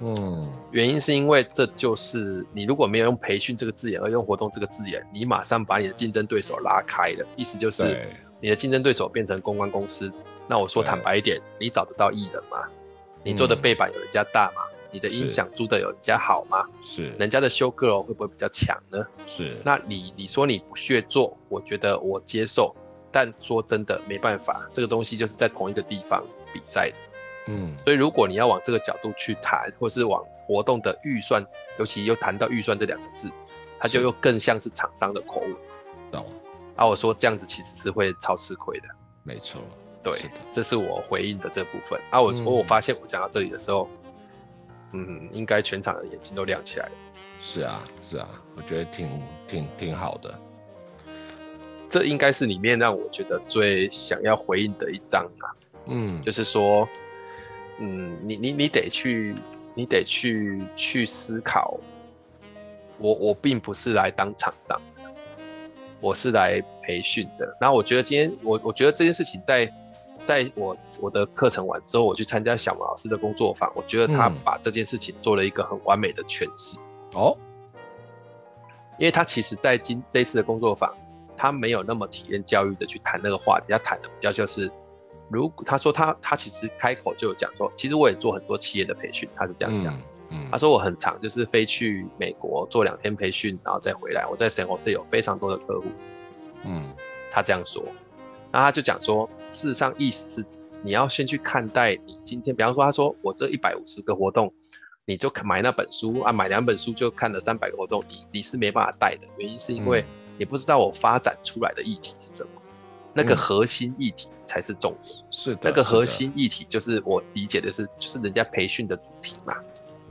A: 嗯
B: 原因是因为这就是你如果没有用培训这个字眼，而用活动这个字眼，你马上把你的竞争对手拉开了。意思就是
A: 对，
B: 你的竞争对手变成公关公司。那我说
A: 对
B: 坦白一点，你找得到艺人吗？你做的
A: 嗯
B: 背板有人家大吗？你的音
A: 是
B: 响租的有人家好吗？
A: 是
B: 人家的修 girl 会不会比较强呢？
A: 是，
B: 那你你说你不屑做，我觉得我接受，但说真的没办法，这个东西就是在同一个地方比赛的，
A: 嗯
B: 所以如果你要往这个角度去谈，或是往活动的预算，尤其又谈到预算这两个字，它就是又更像是厂商的口吻。
A: 懂，
B: 啊，我说这样子其实是会超吃亏的。
A: 没错，
B: 对
A: 是的，
B: 这是我回应的这部分。啊，我、
A: 嗯
B: 我我发现我讲到这里的时候，嗯，应该全场的眼睛都亮起来了。
A: 是啊是啊，我觉得挺挺挺好的，
B: 这应该是里面让我觉得最想要回应的一章啊。
A: 嗯
B: 就是说，嗯，你你你得去，你得去去思考。我我并不是来当厂商的，我是来培训的。然后我觉得今天我我觉得这件事情在在我我的课程完之后，我去参加小毛老师的工作坊，我觉得他
A: 嗯
B: 把这件事情做了一个很完美的诠释。
A: 哦，
B: 因为他其实在今这一次的工作坊，他没有那么体验教育的去谈那个话题，他谈的比较就是，如果他说他他其实开口就有讲说，其实我也做很多企业的培训，他是这样讲。啊
A: 嗯嗯
B: 他说我很常就是飞去美国做两天培训，然后再回来。我在 San Jose 有非常多的客户，
A: 嗯
B: 他这样说。那他就讲说，事实上意思是你要先去看待你今天，比方说他说我这一百五十个活动，你就买那本书啊，买两本书就看了三百个活动，你你是没办法带的，原因是因为
A: 嗯
B: 你不知道我发展出来的议题是什么，那个
A: 嗯
B: 核心议题才是重点，
A: 是的，
B: 那个
A: 是
B: 核
A: 的
B: 心议题就是我理解的是就是人家培训的主题嘛，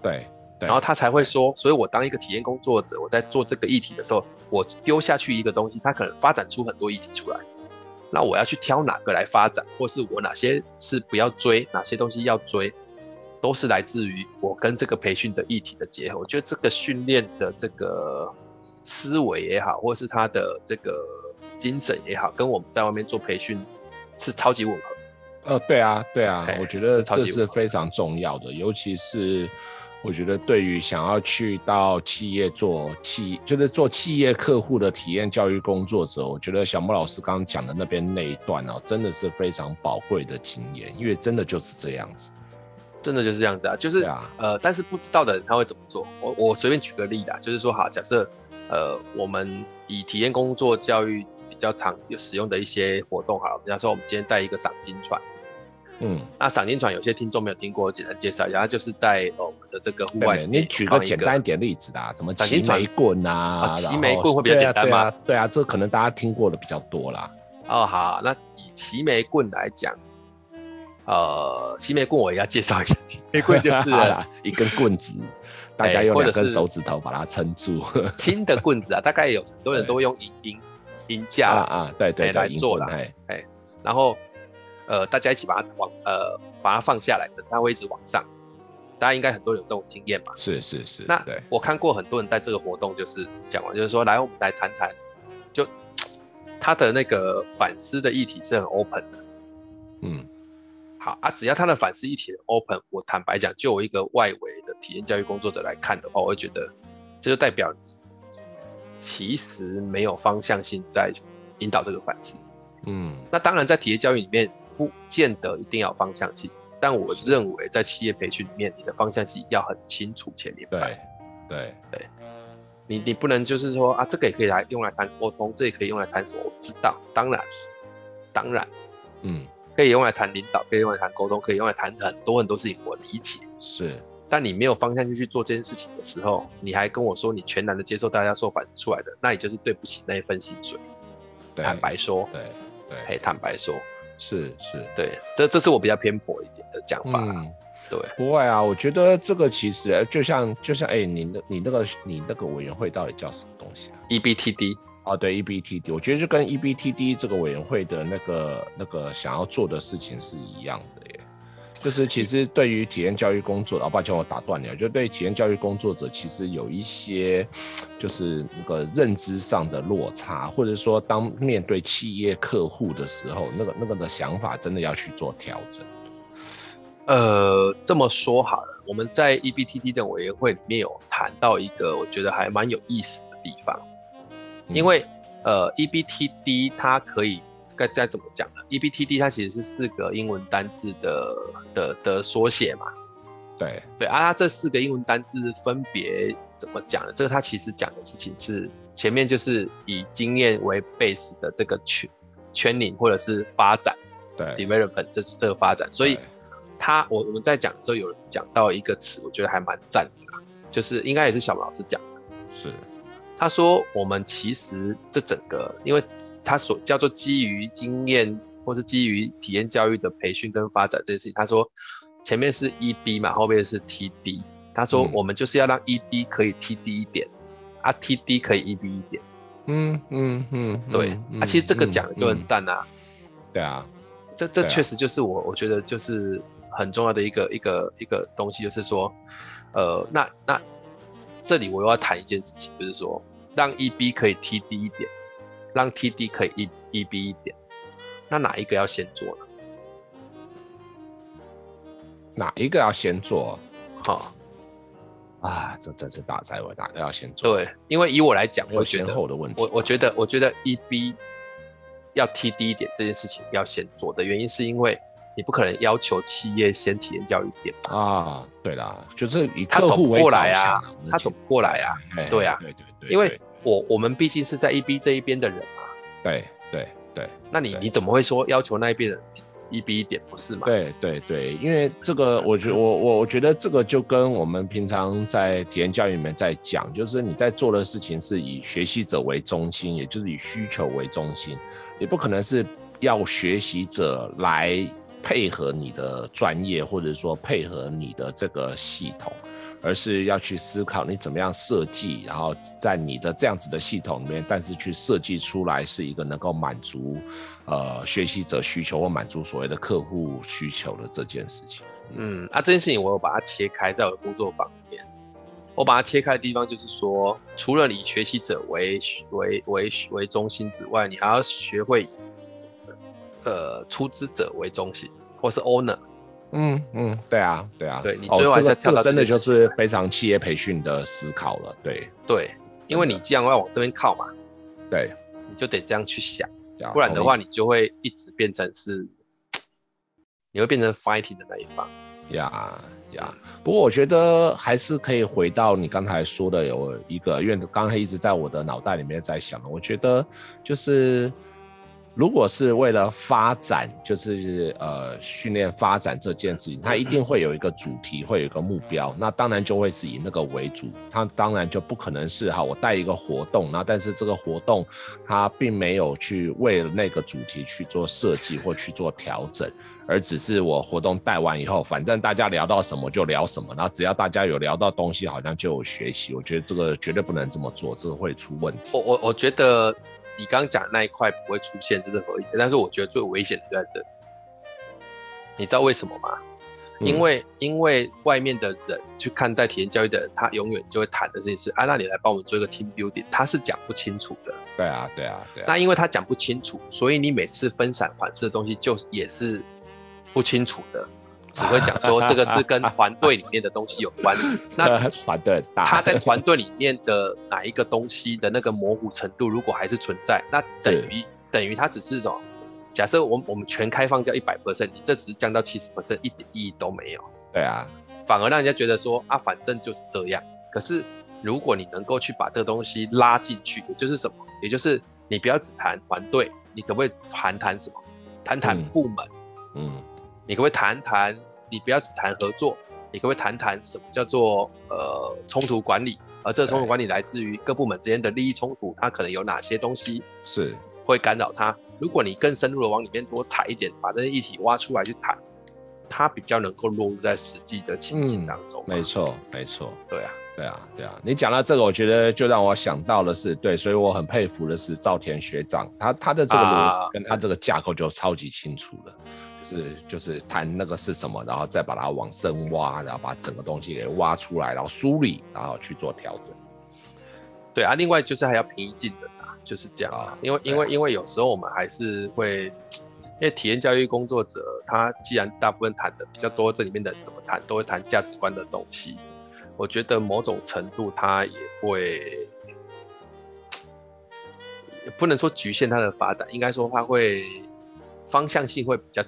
A: 对对，
B: 然后他才会说，所以我当一个体验工作者，我在做这个议题的时候，我丢下去一个东西，它可能发展出很多议题出来。那我要去挑哪个来发展，或是我哪些是不要追，哪些东西要追，都是来自于我跟这个培训的议题的结合。我觉得这个训练的这个思维也好，或是他的这个精神也好，跟我们在外面做培训是超级吻合的。
A: 呃，对啊，对啊
B: 哎，
A: 我觉得
B: 超
A: 这
B: 级
A: 是
B: 无聊
A: 非常重要的，尤其是我觉得对于想要去到企业做企，就是做企业客户的体验教育工作者，我觉得小莫老师刚刚讲的那边那一段哦，真的是非常宝贵的经验，因为真的就是这样子。
B: 真的就是这样子啊，就是、
A: 对啊
B: 呃，但是不知道的人他会怎么做？我我随便举个例啦，就是说好，假设呃，我们以体验工作教育比较常有使用的一些活动好了，比方说我们今天带一个赏金船，
A: 嗯，
B: 那赏金船有些听众没有听过，我简单介绍一下，它就是在呃我们的这个户
A: 对
B: 外
A: 没
B: 里面
A: 你举
B: 放
A: 个
B: 一
A: 简单一点例子啦，什么
B: 闪
A: 骑
B: 电传
A: 玫棍啊，
B: 啊
A: 然
B: 骑玫
A: 后
B: 棍会比较
A: 对啊
B: 简单
A: 对啊
B: 吗
A: 对啊，这可能大家听过的比较多啦。
B: 哦，好，那以齐眉棍来讲，呃，齐眉棍我也要介绍一下，齐眉棍就 是
A: 好啦一根棍子，大家
B: 哎
A: 用
B: 或者
A: 两根
B: 是
A: 手指头把它撑住。
B: 轻的棍子啊，大概有很多人都用银银银架
A: 啊
B: 啦
A: 啊，对对
B: 哎
A: 对，
B: 来
A: 银
B: 做
A: 棍
B: 啦
A: 哎，
B: 然后呃，大家一起把它往呃把它放下来，可是它会一直往上。大家应该很多人有这种经验吧？
A: 是是是，
B: 那
A: 对，
B: 我看过很多人在这个活动，就是讲完就是说，来我们来谈谈，就他的那个反思的议题是很 open 的。
A: 嗯
B: 好啊，只要他的反思议题很 open，我坦白讲，就我一个外围的体验教育工作者来看的话，我会觉得这就代表你其实没有方向性在引导这个反思。
A: 嗯
B: 那当然，在体业教育里面不见得一定要有方向性，但我认为在企业培训里面，你的方向性要很清楚且明
A: 对
B: 白。
A: 对
B: 你你不能就是说啊，这个也可以来用来谈沟通，这也可以用来谈什么？我知道，当然，当然
A: 嗯
B: 可以用来谈领导，可以用来谈沟通，可以用来谈很多很多事情，我理解。
A: 是
B: 但你没有方向性去做这件事情的时候，你还跟我说你全然的接受大家说反出来的，那你就是对不起那一份薪水。
A: 对
B: 坦白说，
A: 对对
B: 嘿，坦白说，
A: 是是
B: 对，这这是我比较偏颇一点的讲法啦。
A: 嗯。
B: 对，
A: 不会啊，我觉得这个其实呃就像就像哎、你那你那个你那个委员会到底叫什么东西啊？
B: E EBTD，
A: 哦，对，EBTD，我觉得就跟 E EBTD 这个委员会的那个那个想要做的事情是一样的耶。就是其实对于体验教育工作，啊，抱歉，我打断你了。就对体验教育工作者，其实有一些就是那个认知上的落差，或者说当面对企业客户的时候，那个那个的想法真的要去做调整。
B: 呃，这么说好了，我们在 E EBTD 的委员会里面有谈到一个我觉得还蛮有意思的地方，
A: 嗯
B: 因为呃 EBTD 它可以该该怎么讲呢？EBTD E 它其实是四个英文单字的的的缩写嘛，
A: 对，
B: 对啊，它这四个英文单字分别怎么讲呢？这个它其实讲的事情是前面就是以经验为 base 的这个圈圈领或者是发展。
A: 对，
B: development 这是这个发展，所以
A: 对
B: 他我我们在讲的时候有人讲到一个词，我觉得还蛮赞的啦，就是应该也是小马老师讲的，
A: 是，
B: 他说我们其实这整个，因为他所叫做基于经验或是基于体验教育的培训跟发展这件事情，他说前面是 EB 嘛，后面是 TD，他说
A: 嗯
B: 我们就是要让 EB 可以 TD 一点。啊，TD 可以 EB 一点，
A: 嗯嗯嗯，
B: 对，
A: 嗯
B: 啊，其实这个讲的就
A: 嗯
B: 很赞啊，
A: 对啊，
B: 这这
A: 对啊
B: 确实就是我我觉得就是很重要的一个一个一个东西，就是说，呃，那那这里我又要谈一件事情，就是说让 EB 可以 TD 一点，让 TD 可以 E EB 一点，那哪一个要先做呢？
A: 哪一个要先做
B: 哈、
A: 啊？这真是大灾问，哪个要先做？
B: 对，因为以我来讲，
A: 没有
B: 我觉
A: 先
B: 得
A: 后的问题。
B: 我我觉得我觉得 EB 要 TD 一点这件事情要先做的原因，是因为你不可能要求企业先体验教育点，
A: 啊，对啦，就是以
B: 他
A: 客
B: 走
A: 户
B: 不
A: 为
B: 过
A: 导
B: 来啊
A: 向啊，我们
B: 他
A: 其实
B: 走不过来啊。
A: 哎
B: 对啊
A: 对对对，
B: 因为我我们毕竟是在 EB 这一边的人嘛，
A: 对对对
B: 那你
A: 对
B: 你怎么会说要求那一边的 EB 一点不是嘛？
A: 对对对，因为这个，我觉我我我觉得这个就跟我们平常在体验教育里面在讲，就是你在做的事情是以学习者为中心，也就是以需求为中心，也不可能是要学习者来配合你的专业，或者说配合你的这个系统。而是要去思考你怎么样设计，然后在你的这样子的系统里面，但是去设计出来是一个能够满足呃学习者需求或满足所谓的客户需求的这件事情。
B: 嗯，啊，这件事情我有把它切开，在我的工作坊里面，我把它切开的地方就是说，除了以学习者为为为为中心之外，你还要学会以呃出资者为中心，或是 owner。
A: 嗯嗯，对啊对啊，
B: 对你最
A: 哦，
B: 后
A: 这
B: 还是
A: 个
B: 要跳
A: 这
B: 到
A: 个
B: 这
A: 真的
B: 件
A: 就
B: 事情
A: 是非常企业培训的思考了。对
B: 对，因为你既然要往这边靠嘛，
A: 对，
B: 你就得这样去想，
A: 要
B: 不然的
A: 同意
B: 话，你就会一直变成是，你会变成 fighting 的那一方。
A: 呀呀，不过我觉得还是可以回到你刚才说的有一个，因为刚才一直在我的脑袋里面在想，我觉得就是如果是为了发展，就是呃训练发展这件事情，它一定会有一个主题，会有一个目标，那当然就会是以那个为主，它当然就不可能是哈，我带一个活动，然后但是这个活动它并没有去为了那个主题去做设计或去做调整。而只是我活动带完以后，反正大家聊到什么就聊什么，然后只要大家有聊到东西，好像就有学习。我觉得这个绝对不能这么做，这个会出问题。
B: 我我我觉得你刚刚讲的那一块不会出现，这是合理的。但是我觉得最危险的就在这里，你知道为什么吗？
A: 嗯
B: 因为因为外面的人去看待体验教育的人，他永远就会谈的事情是啊，那你来帮我们做一个 team building，他是讲不清楚的。
A: 对啊，对啊，对啊，
B: 那因为他讲不清楚，所以你每次分散反思的东西就也是不清楚的，只会讲说这个是 跟团队里面的东西有关。那
A: 团队很大，
B: 他在团队里面的哪一个东西的那个模糊程度，如果还是存在，那等于等于他只是一种假设我们我们全开放叫一百 percent，你这只是降到七十 percent，一点意义都没有，
A: 对啊，
B: 反而让人家觉得说啊，反正就是这样。可是如果你能够去把这个东西拉进去，也就是什么，也就是你不要只谈团队，你可不可以谈谈什么？谈谈
A: 嗯
B: 部门，
A: 嗯
B: 你可不可以谈谈？你不要只谈合作，你可不可以谈谈什么叫做呃冲突管理？而这个冲突管理来自于各部门之间的利益冲突，它可能有哪些东西
A: 是，
B: 会干扰它？如果你更深入的往里面多踩一点，把这些议题挖出来去谈，它比较能够落入在实际的情
A: 嗯
B: 境当中嘛。
A: 没错没错。
B: 对啊，
A: 对啊，对啊，你讲到这个，我觉得就让我想到的是，对，所以我很佩服的是赵田学长，他他的这个
B: 啊
A: 逻跟他这个架构就超级清楚了，就是就是谈那个是什么，然后再把它往深挖，然后把整个东西给挖出来，然后梳理，然后去做调整。
B: 对啊，另外就是还要平易近人啊，就是这样啊。
A: 啊
B: 因为因
A: 对
B: 为
A: 啊
B: 因为有时候我们还是会，因为体验教育工作者，他既然大部分谈的比较多，这里面的怎么谈都会谈价值观的东西，我觉得某种程度他也会。也不能说局限它的发展，应该说它会方向性会比较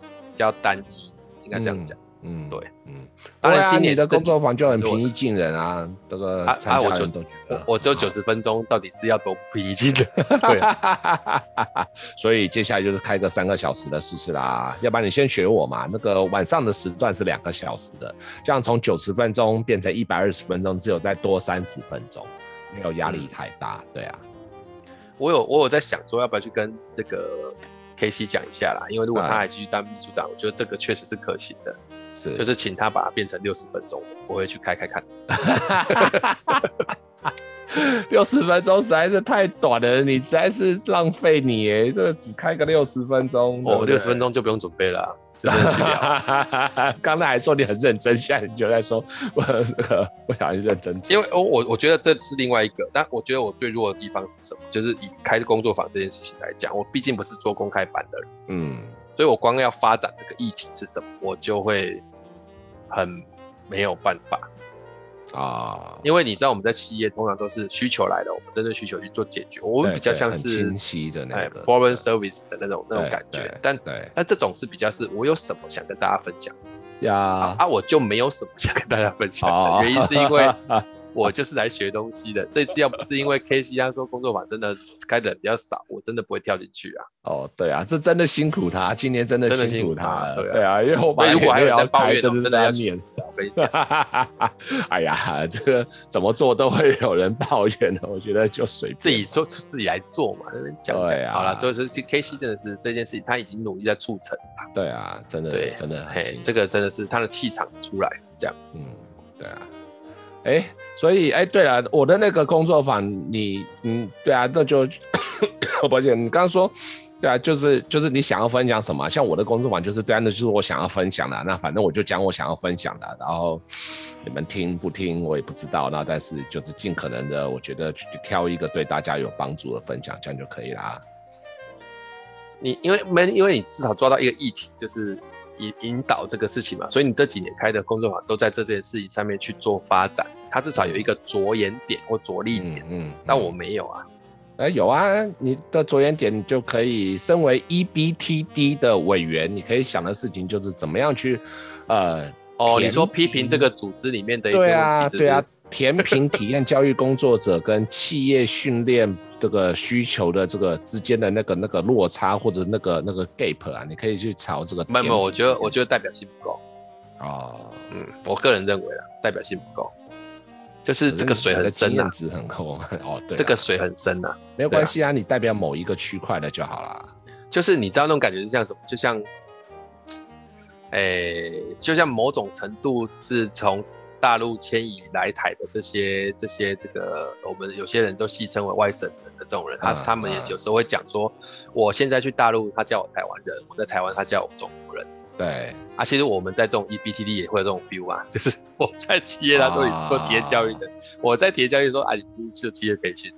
B: 比较单一，应该这样讲。
A: 嗯，
B: 对，
A: 嗯，
B: 当然
A: 对啊
B: 今年
A: 你的
B: 这
A: 工作坊就很
B: 这
A: 平易近人啊，这个
B: 啊
A: 参
B: 啊
A: 加
B: 我
A: 人
B: 就
A: 都觉得、啊
B: 我我只有九十分钟，到底是要多不一 定的？ 对啊，
A: 哈，所以接下来就是开个三个小时的试试啦，要不然你先学我嘛。那个晚上的时段是两个小时的，这样从九十分钟变成一百二十分钟，只有再多三十分钟，没有压力太大。对啊，
B: 我有我有在想说，要不要去跟这个 K C 讲一下啦？因为如果他
A: 啊
B: 还继续当秘书长，我觉得这个确实是可行的，
A: 是，
B: 就是请他把它变成六十分钟，我会去开开看。
A: 六十分钟实在是太短了，你实在是浪费你耶，这个只开个六十分钟，
B: 哦，六十分
A: 钟。
B: 钟就不用准备了啊、就真的去聊。
A: 刚才还说你很认真，现在你就在说 我那个不小心认真讲，
B: 因为我我我觉得这是另外一个，但我觉得我最弱的地方是什么？就是以开工作坊这件事情来讲，我毕竟不是做公开班的人，
A: 嗯
B: 所以我光要发展这个议题是什么，我就会很没有办法。
A: 啊，
B: 因为你知道我们在企业通常都是需求来了，我们针对需求去做解决，我们
A: 对
B: 比较
A: 对
B: 像
A: 很
B: 是
A: 清晰的那
B: 哎
A: 个
B: foreign
A: 对
B: service 的那种那种感觉
A: 对，
B: 但
A: 对
B: 但这种是比较是我有什么想跟大家分享
A: 呀，
B: 啊，我就没有什么想跟大家分享
A: 哦
B: 的原因是因为我就是来学东西的。这次要不是因为 K C 他说工作坊真的开的人比较少，我真的不会跳进去啊。
A: 哦，对啊，这真的辛苦他，今年真的
B: 真的
A: 辛
B: 辛苦
A: 他
B: 他
A: 了，
B: 对啊
A: 对啊，因为我
B: 所
A: 把
B: 以如果还有人在抱怨，我
A: 真
B: 真
A: 是
B: 的要去
A: 念
B: 死。啊我跟你讲，
A: 哎呀，这个怎么做都会有人抱怨的，我觉得就随便
B: 自己做自己来做嘛，那边讲
A: 对
B: 讲
A: 啊
B: 好了。就是 K C 真的是这件事情，他已经努力在促成了，
A: 对啊，真的
B: 对
A: 真的很
B: 嘿
A: 辛，苦
B: 这，个真的是他的气场出来这样。
A: 嗯，对啊，哎，所以哎，对了，我的那个工作坊，你嗯，对啊，这就 抱歉，你刚刚说。对啊，就是就是你想要分享什么啊，像我的工作坊就是对啊，那就是我想要分享的啊，那反正我就讲我想要分享的啊，然后你们听不听我也不知道，那但是就是尽可能的，我觉得去挑一个对大家有帮助的分享，这样就可以啦。
B: 你因为没，因为你至少抓到一个议题，就是引引导这个事情嘛，所以你这几年开的工作坊都在这件事情上面去做发展，它至少有一个着眼点或着力
A: 嗯
B: 点。
A: 嗯，
B: 但我没有啊，
A: 呃，有啊，你的着眼点你就可以身为 E EBTD 的委员，你可以想的事情就是怎么样去，呃，
B: 哦，
A: 填
B: 你说批评这
A: 嗯
B: 个组织里面的一些问
A: 对
B: 题，
A: 啊，
B: 是不
A: 对啊
B: 是，
A: 填平体验教育工作者跟企业训练这个需求的这个之间的那个那个落差或者那个那个 gap 啊，你可以去朝这个
B: 没
A: 填
B: 有
A: 平。
B: 没有，我觉得我觉得代表性不够，
A: 哦，
B: 嗯，我个人认为啊，代表性不够，就是这个
A: 可
B: 水
A: 你的
B: 很
A: 经
B: 深
A: 验
B: 啊，
A: 值很厚哦，对啊，
B: 这个水很深啊，
A: 没有关系啊，你代表某一个区块的就好啦。
B: 就是你知道那种感觉是像什么？就像，诶、就像某种程度是从大陆迁移来台的这些这些这个，我们有些人都戏称为外省人的这种人，他、
A: 嗯
B: 他们也
A: 嗯
B: 有时候会讲说，我现在去大陆，他叫我台湾人；我在台湾，他叫我中国人。
A: 对，
B: 啊，其实我们在这种 EBTD 也会有这种 feel 啊，就是 我在企业当中
A: 啊
B: 做体验教育的，我在体验教育说啊，你不是做企业培训，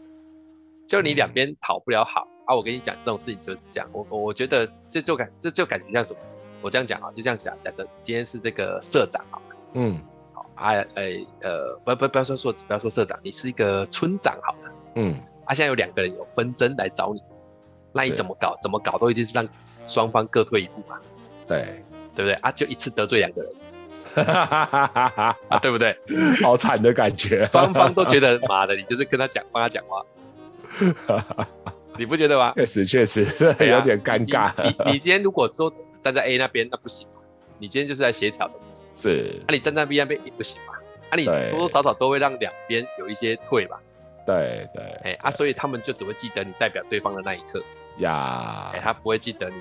B: 就你
A: 嗯
B: 两边讨不了好、啊。我跟你讲，这种事情就是这样。我我我觉得这就感这就感觉像什么？我这样讲啊，就这样讲。假设你今天是这个社长啊，
A: 嗯
B: 啊哎呃，不不不要说说不要说社长，你是一个村长好了。
A: 嗯
B: 啊，现在有两个人有纷争来找你，那你
A: 是
B: 怎么搞怎么搞都一定是让双方各退一步嘛，
A: 对，
B: 对不对啊？就一次得罪两个人啊，
A: 啊
B: 对不对？
A: 好惨的感觉。
B: 双方都觉得妈的，你就是跟他讲，帮他讲话，你不觉得吗？
A: 确实确实
B: 对啊
A: 有点尴尬，
B: 你你你今天如果说只站在 A 那边，那不行嘛你今天就是在协调的嘛，
A: 是
B: 啊，你站在 B 那边也不行嘛，啊，你
A: 对
B: 多多少少都会让两边有一些退嘛，
A: 对对
B: 哎啊，所以他们就只会记得你代表对方的那一刻，
A: 呀
B: 哎，，他不会记得你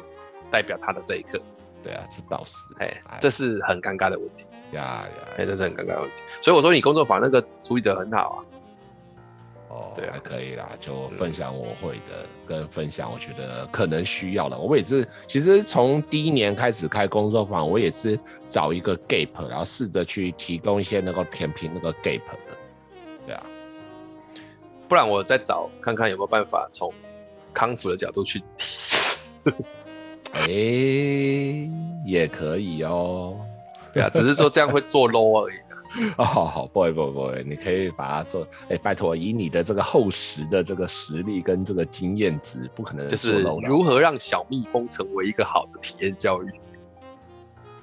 B: 代表他的这一刻，
A: 对啊，这倒是
B: 哎，这是很尴尬的问题，
A: 呀
B: 哎，
A: 呀
B: 这是很尴尬的问题，所以我说你工作坊那个处理的很好啊，
A: 哦，
B: 对啊
A: 还可以啦，就分享我会的，跟分享我觉得可能需要的。我也是，其实从第一年开始开工作坊，我也是找一个 gap，然后试着去提供一些能够填平那个 gap 的。对啊，
B: 不然我再找看看有没有办法从康复的角度去提。
A: 哎、也可以哦。
B: 对 啊，只是说这样会做 low 而已。
A: 哦，好，不会不会不会，你可以把它 做。哎、拜托，以你的这个厚实的这个实力跟这个经验值，不可能
B: 就
A: 做
B: 是
A: 漏的。
B: 如何让小蜜蜂成为一个好的体验教育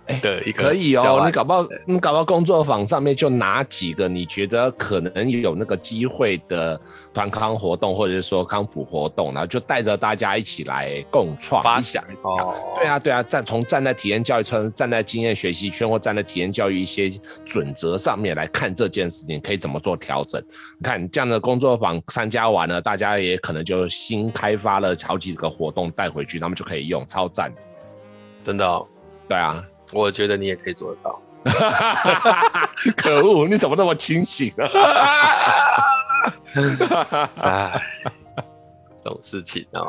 A: 哎
B: 的一个
A: 可以
B: 教
A: 哦，
B: 案
A: 你搞不好你搞不好工作坊上面就拿几个你觉得可能有那个机会的团康活动，或者是说康普活动，然后就带着大家一起来共创
B: 发
A: 一起
B: 想
A: 来
B: 哦，
A: 对，啊，对啊，站从站在体验教育圈、站在经验学习圈或站在体验教育一些准则上面来看这件事情，可以怎么做调整？你看这样的工作坊参加完了，大家也可能就新开发了好几个活动带回去，他们就可以用，超赞。
B: 真的、哦，
A: 对啊，
B: 我觉得你也可以做得到。
A: 可恶，你怎么那么清醒 啊？
B: 唉，这种事情 哦，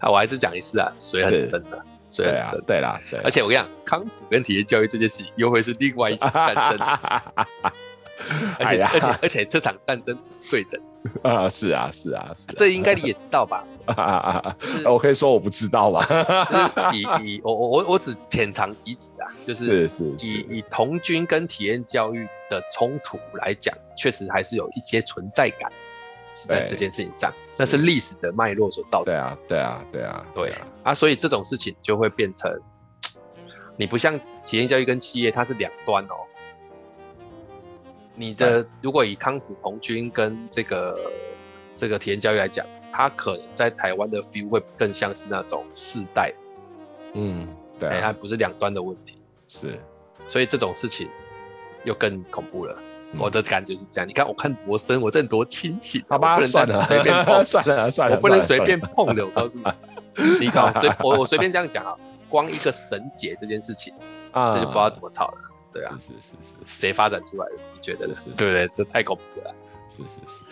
B: 啊，我还是讲一次啊，水很深的，水
A: 对
B: 很
A: 啊
B: 深。，
A: 对啦，对啦，
B: 而且我跟你讲，康复跟体验教育这件事情又会是另外一 场战争，而
A: 哎
B: 且、
A: 呀
B: 而且而且这场战争不是对等，
A: 啊，是啊，是啊，是
B: 这应该你也知道吧？
A: 啊啊啊啊
B: 就是
A: 啊， 我可以说我不知道 吧？
B: 就是以以 我我我我只浅尝即止啊，就是
A: 是是是，
B: 以以童军跟体验教育的冲突来讲，确实还是有一些存在感是在
A: 对
B: 这件事情上，那是历史的脉络所造成
A: 对
B: 的。
A: 啊，对啊，对啊，
B: 对
A: 啊，
B: 啊，所以这种事情就会变成，你不像体验教育跟企业，它是两端哦。你的如果以康复童军跟这个这个体验教育来讲，它可能在台湾的 feel 会更像是那种世代，
A: 嗯，对
B: 哎、它
A: 啊，
B: 不是两端的问题。
A: 是
B: 所以这种事情又更恐怖了。
A: 嗯
B: 我的感觉是这样，你看我看博生，我这人多清醒，
A: 好
B: 我
A: 吧
B: 不，能
A: 算
B: 再
A: 了，
B: 随 便碰，
A: 算了，算了，
B: 我不能随
A: 算了
B: 便。碰的，我告诉你。 你看我随我我随便这样讲啊，光一个神解这件事情，
A: 啊，
B: 这就不知道怎么吵了，对啊，
A: 是是是是
B: 谁发展出来的？你觉得呢
A: 是是？是
B: 对不对？这太恐怖了。
A: 是是是，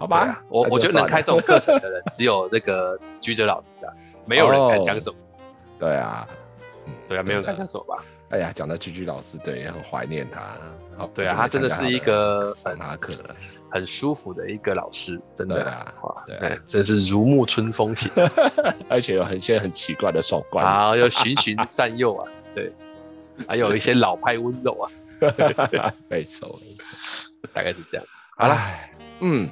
A: 好
B: 对
A: 吧
B: 啊，，我
A: 那
B: 我
A: 就
B: 觉得
A: 算
B: 能
A: 了
B: 开这种课程的人，只有那个居哲老师啊，没有人敢讲什么。
A: 哦对啊，嗯
B: 对啊，没有人敢
A: 真
B: 讲
A: 的
B: 什么吧？
A: 哎呀，讲到居居老师，对，也很怀念他。好
B: 对啊，
A: 久没
B: 他真的
A: 参加
B: 是一个
A: 上
B: 很
A: 他的课了。
B: 很舒服的一个老师，真
A: 对
B: 的
A: 啊，
B: 哇，
A: 对啊
B: 哎，真是如沐春风型。
A: 而且有很一些很奇怪的双关。
B: 啊，有循循善诱啊，对，还有一些老派温柔啊，
A: 没错，没错。
B: 大概是这样。
A: 好
B: 好
A: 了
B: 啦，
A: 嗯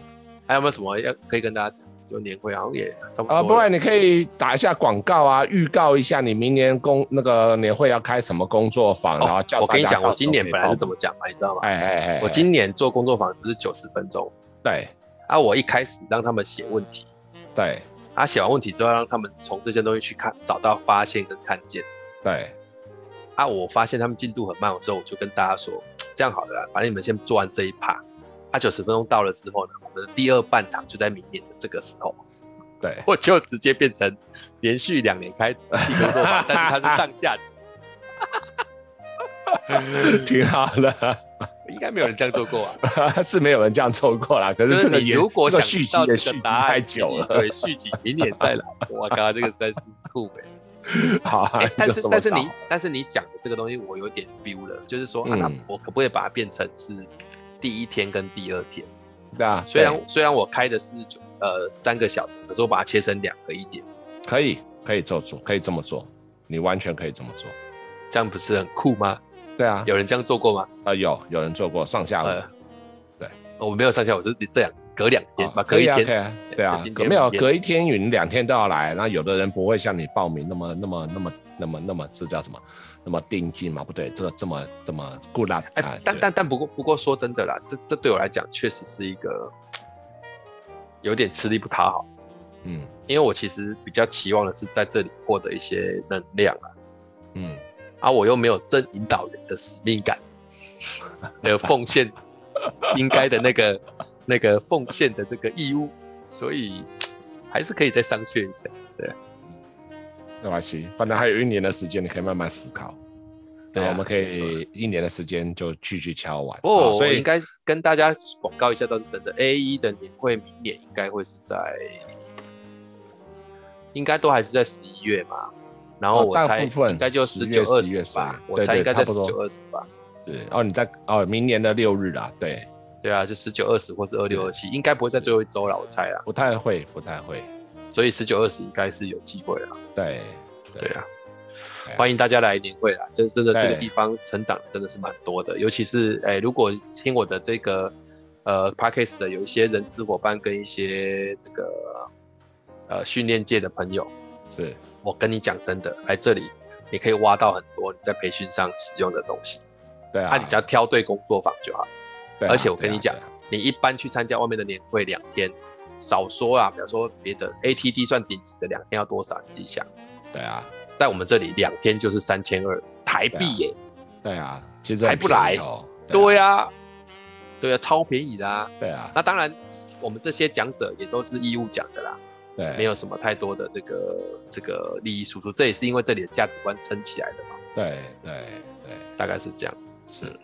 B: 还有没有什么要可以跟大家讲？就年会好像也差不多
A: 啊，
B: 了。
A: 不然你可以打一下广告啊，预告一下你明年工那个年会要开什么工作坊，然后叫
B: 哦我跟你
A: 大家
B: 讲，我
A: 到时
B: 今
A: 候
B: 年
A: 可以
B: 本来是
A: 报
B: 怎么讲嘛，你知道吗？
A: 哎哎哎，
B: 我今年做工作坊不是九十分钟
A: 对
B: 啊，我一开始让他们写问题，
A: 对
B: 啊，写完问题之后让他们从这些东西去看，找到发现跟看见。
A: 对
B: 啊，我发现他们进度很慢的时候，我就跟大家说，这样好了啦，反正你们先做完这一趴，啊，九十分钟到了之后呢，我们的第二半场就在明年的这个时候。
A: 对，
B: 我就直接变成连续两年开一个做法，但是它是上 下级，
A: 挺好的。
B: 应该没有人这样做过啊。
A: 是没有人这样错过啦，可
B: 就是
A: 这个
B: 是你
A: 也
B: 如果
A: 这个
B: 想
A: 续集
B: 到
A: 的
B: 这
A: 续
B: 个
A: 集
B: 答案
A: 太久了，
B: 对，续集明年再来。我靠，这个实在是酷哎、
A: 好啊，
B: 哎但
A: 有
B: 是
A: 什么
B: 但是
A: 道
B: 你但是你讲的这个东西，我有点 feel 了，就是说，啊，那
A: 嗯
B: 我可不可以把它变成是第一天跟第二天？
A: 那
B: 虽然虽然我开的是九呃三个小时，可是我把它切成两个一点，
A: 对可以可以做做，可以这么做，你完全可以这么做。
B: 这样不是很酷吗？
A: 对啊，
B: 有人这样做过吗？
A: 啊有有人做过上下午，
B: 呃，
A: 对，
B: 我没有上下，我是这两隔两天吧，
A: 啊
B: 隔
A: 可
B: 一
A: 以啊，
B: 天
A: 可以啊对
B: 对就
A: 啊
B: 今，
A: 隔
B: 天
A: 没有
B: 明天
A: 隔一天云两天都要来，那有的人不会像你报名那么那么那么那么那么这叫什么？那么定金嘛，不对，这个这么这么顾大
B: 哎、
A: 啊，
B: 但
A: 对
B: 但但不过不过说真的啦，这这对我来讲确实是一个有点吃力不讨好，
A: 嗯
B: 因为我其实比较期望的是在这里获得一些能量啊，
A: 嗯，
B: 啊，我又没有正引导人的使命感，还有奉献应该的那个那个奉献的这个义务，所以还是可以再商榷一下。
A: 没关系，反正还有一年的时间，你可以慢慢思考。
B: 对
A: 对，
B: 啊
A: 我们可
B: 没
A: 以一年的时间就继续敲完。
B: 哦，
A: 啊
B: 所
A: 所
B: 以
A: 以
B: 应该跟大家广告一下，倒是真的。A 一的年会明年应该会是在，应该都还是在十一月嘛。然后
A: 哦
B: 我
A: 大
B: 猜
A: 部分
B: 应该就
A: 10
B: 九
A: 月
B: 二
A: 11
B: 十
A: 月
B: 吧，
A: 11
B: 我猜应该在
A: 对
B: 十
A: 对差不
B: 九
A: 多
B: 二十吧。
A: 是哦，你在哦，明年的六日啊，对，
B: 对啊，就十九二十或是二六二七，应该不会在最后一周了，我猜啦。
A: 不太会，不太会，
B: 所以十九二十应该是有机会了。
A: 对哎
B: 对
A: 对
B: 啊，
A: 啊
B: 欢迎大家来年会啦！真真的
A: 对
B: 这个地方成长真的是蛮多的，尤其是哎，如果听我的这个呃 p a c k a s e 的有一些人资伙伴跟一些这个呃训练界的朋友，
A: 是
B: 我跟你讲真的，来这里你可以挖到很多你在培训上使用的东西。
A: 对啊，
B: 啊，你只要挑对工作坊就好。
A: 对啊
B: 而且我跟
A: 对啊
B: 你讲
A: 对啊
B: 你一般去参加外面的年会两天，少说啊，比方说别的 ATD 算顶级的两天要多少，你自己想。
A: 对啊，
B: 在我们这里两天就是三千二台币耶、
A: 对啊，其实
B: 还
A: 很
B: 不
A: 便
B: 来
A: 宜哦，
B: 对
A: 啊，
B: 呀、对呀、超便宜的啊。
A: 对啊，
B: 那当然，我们这些讲者也都是义务讲的啦，
A: 对，
B: 没有什么太多的这个这个利益输出，这也是因为这里的价值观撑起来的嘛，
A: 对对对，
B: 大概是这样。
A: 是。嗯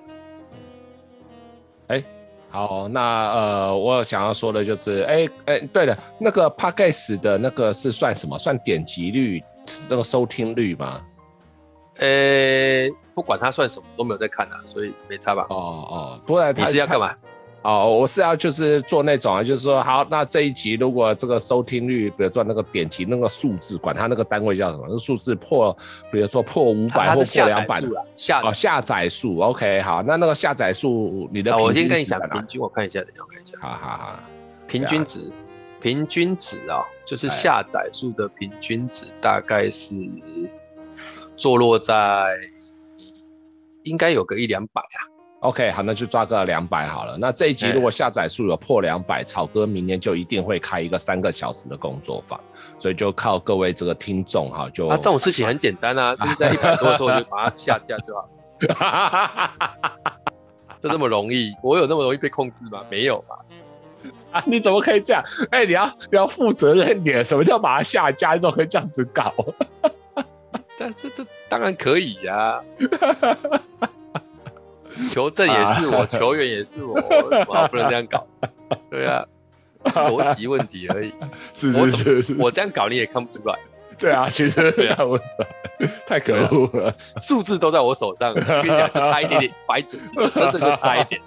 A: 哎，好，那呃，我想要说的就是，哎哎，对了，那个 p a c k a s e 的那个是算什么？算点击率，那个收听率吗？
B: 呃，不管它算什么都没有在看啊，所以没差吧？
A: 哦哦，不然
B: 你
A: 它
B: 是要
A: 它
B: 干嘛？
A: 哦，我是要就是做那种啊，就是说，好，那这一集如果这个收听率，比如说那个点击那个数字，管它那个单位叫什么，那数字破，比如说破五
B: 它
A: 百
B: 它
A: 或
B: 啊是
A: 破
B: 下
A: 两
B: 载
A: 百，
B: 数啊啦，下载
A: 哦，下
B: 数
A: 载数，OK，好，那那个下载数你的
B: 啊，
A: 平均
B: 我先跟你
A: 值在
B: 讲
A: 哪
B: 平均，我看一下，等一下我看一下
A: 好好好，
B: 平均值，平均值啊，就是
A: 哎
B: 下载数的平均值大概是坐落在应该有个一两百啊。
A: OK，好，那就抓个两百好了。那这一集
B: 哎
A: 如果下载数有破两百，草哥明年就一定会开一个三个小时的工作坊，所以就靠各位这个听众哈，就
B: 啊，这种事情很简单啊，就是在一百多的时候我就把它下架就好，这这么容易？我有那么容易被控制吗？没有吧？
A: 啊， 你怎么可以这样？哎、你要你要负责任点，什么叫把它下架？你怎么可以这样子搞？
B: 但这这当然可以呀、求证也是我，球员也是我，有什么好不能这样搞？对啊，逻辑问题而已。
A: 是是是是，
B: 我这样搞你也看不出来，
A: 对啊，其实
B: 对啊
A: 我操，太可恶了。
B: 数字都在我手上，跟你讲就差一点点，白准，真的就差一点，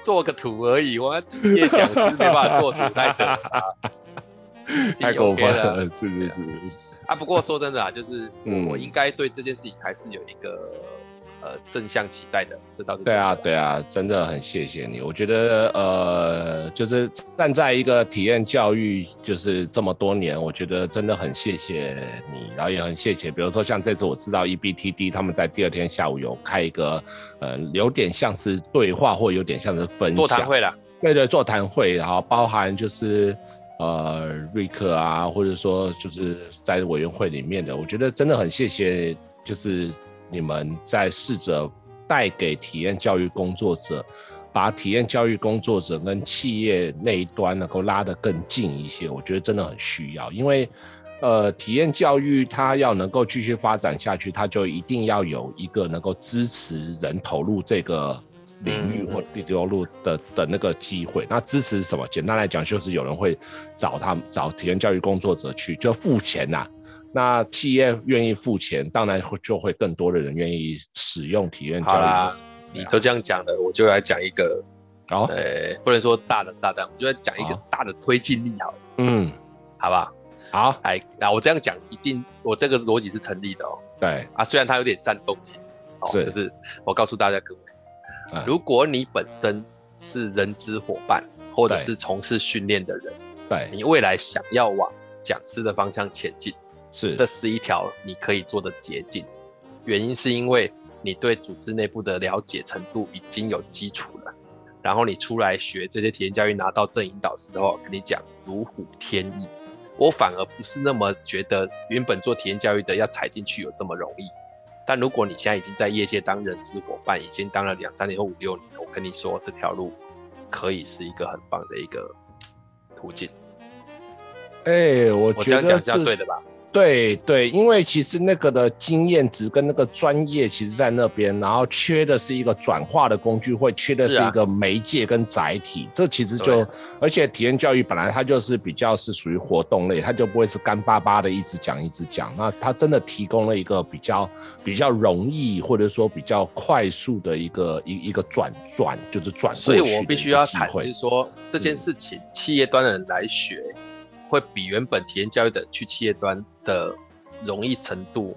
B: 做个图而已。我企业讲师没办法做图，太 扯了啊，
A: 太
B: 你
A: 过
B: OK
A: 分
B: 了
A: 了，是是是，
B: 啊。不过说真的啊，就是
A: 嗯
B: 我应该对这件事情还是有一个呃正向期待的，这倒是
A: 对啊
B: 真的
A: 对啊，真的很谢谢你。我觉得呃，就是站在一个体验教育，就是这么多年，我觉得真的很谢谢你，然后也很谢谢，比如说像这次我知道 E EBTD 他们在第二天下午有开一个呃，有点像是对话或有点像是分
B: 座
A: 享
B: 谈。会啦，
A: 对对，座谈会，然后包含就是呃瑞克啊，或者说就是在委员会里面的，我觉得真的很谢谢，就是你们在试着带给体验教育工作者，把体验教育工作者跟企业那一端能够拉得更近一些，我觉得真的很需要，因为。呃，体验教育它要能够继续发展下去，它就一定要有一个能够支持人投入这个领域
B: 嗯
A: 或流入的的那个机会。那支持是什么？简单来讲，就是有人会找他们找体验教育工作者去，就付钱呐、那企业愿意付钱，当然会就会更多的人愿意使用体验
B: 好
A: 教
B: 啦
A: 育。，
B: 你都这样讲了，我就来讲一个
A: 好、哦，
B: 呃，不能说大的炸弹，我就来讲一个
A: 好
B: 大的推进力好了，
A: 嗯，
B: 好吧？
A: 好，
B: 哎，啊，我这样讲一定，我这个逻辑是成立的哦。
A: 对，
B: 啊，虽然它有点煽动性，哦，
A: 是
B: 就是我告诉大家各位，
A: 嗯
B: 如果你本身是人资伙伴，或者是从事训练的人，
A: 对，
B: 你未来想要往讲师的方向前进，
A: 是
B: 这是一条你可以做的捷径。原因是因为你对组织内部的了解程度已经有基础了，然后你出来学这些体验教育，拿到正引导师的话，我跟你讲如虎添翼。我反而不是那么觉得原本做体验教育的要踩进去有这么容易。但如果你现在已经在业界当人资伙伴，已经当了两三年或五六年，我跟你说这条路可以是一个很棒的一个途径。
A: 哎、我
B: 我这
A: 觉
B: 样
A: 得
B: 讲
A: 是
B: 是要对的吧？
A: 对对，因为其实那个的经验值跟那个专业其实在那边，然后缺的是一个转化的工具，或缺的是
B: 是啊
A: 一个媒介跟载体。这其实
B: 对
A: 就，而且体验教育本来它就是比较是属于活动类，它就不会是干巴巴的一直讲一直讲。那它真的提供了一个比较比较容易，或者说比较快速的一个一一个转转，就是转过
B: 所以
A: 去
B: 我
A: 的
B: 必
A: 一
B: 须
A: 个
B: 要
A: 机
B: 谈，就
A: 会
B: 是说这件
A: 嗯
B: 事情，企业端的人来学，会比原本体验教育的去企业端的容易程度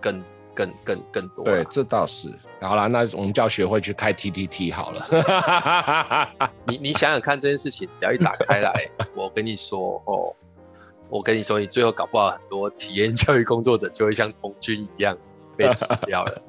B: 更更更更多啦。
A: 对，这倒是。好啦，那我们叫学会去开 T T T 好了。
B: 你你想想看，这件事情只要一打开来，我跟你说哦，我跟你说，你最后搞不好很多体验教育工作者就会像红军一样被吃掉了。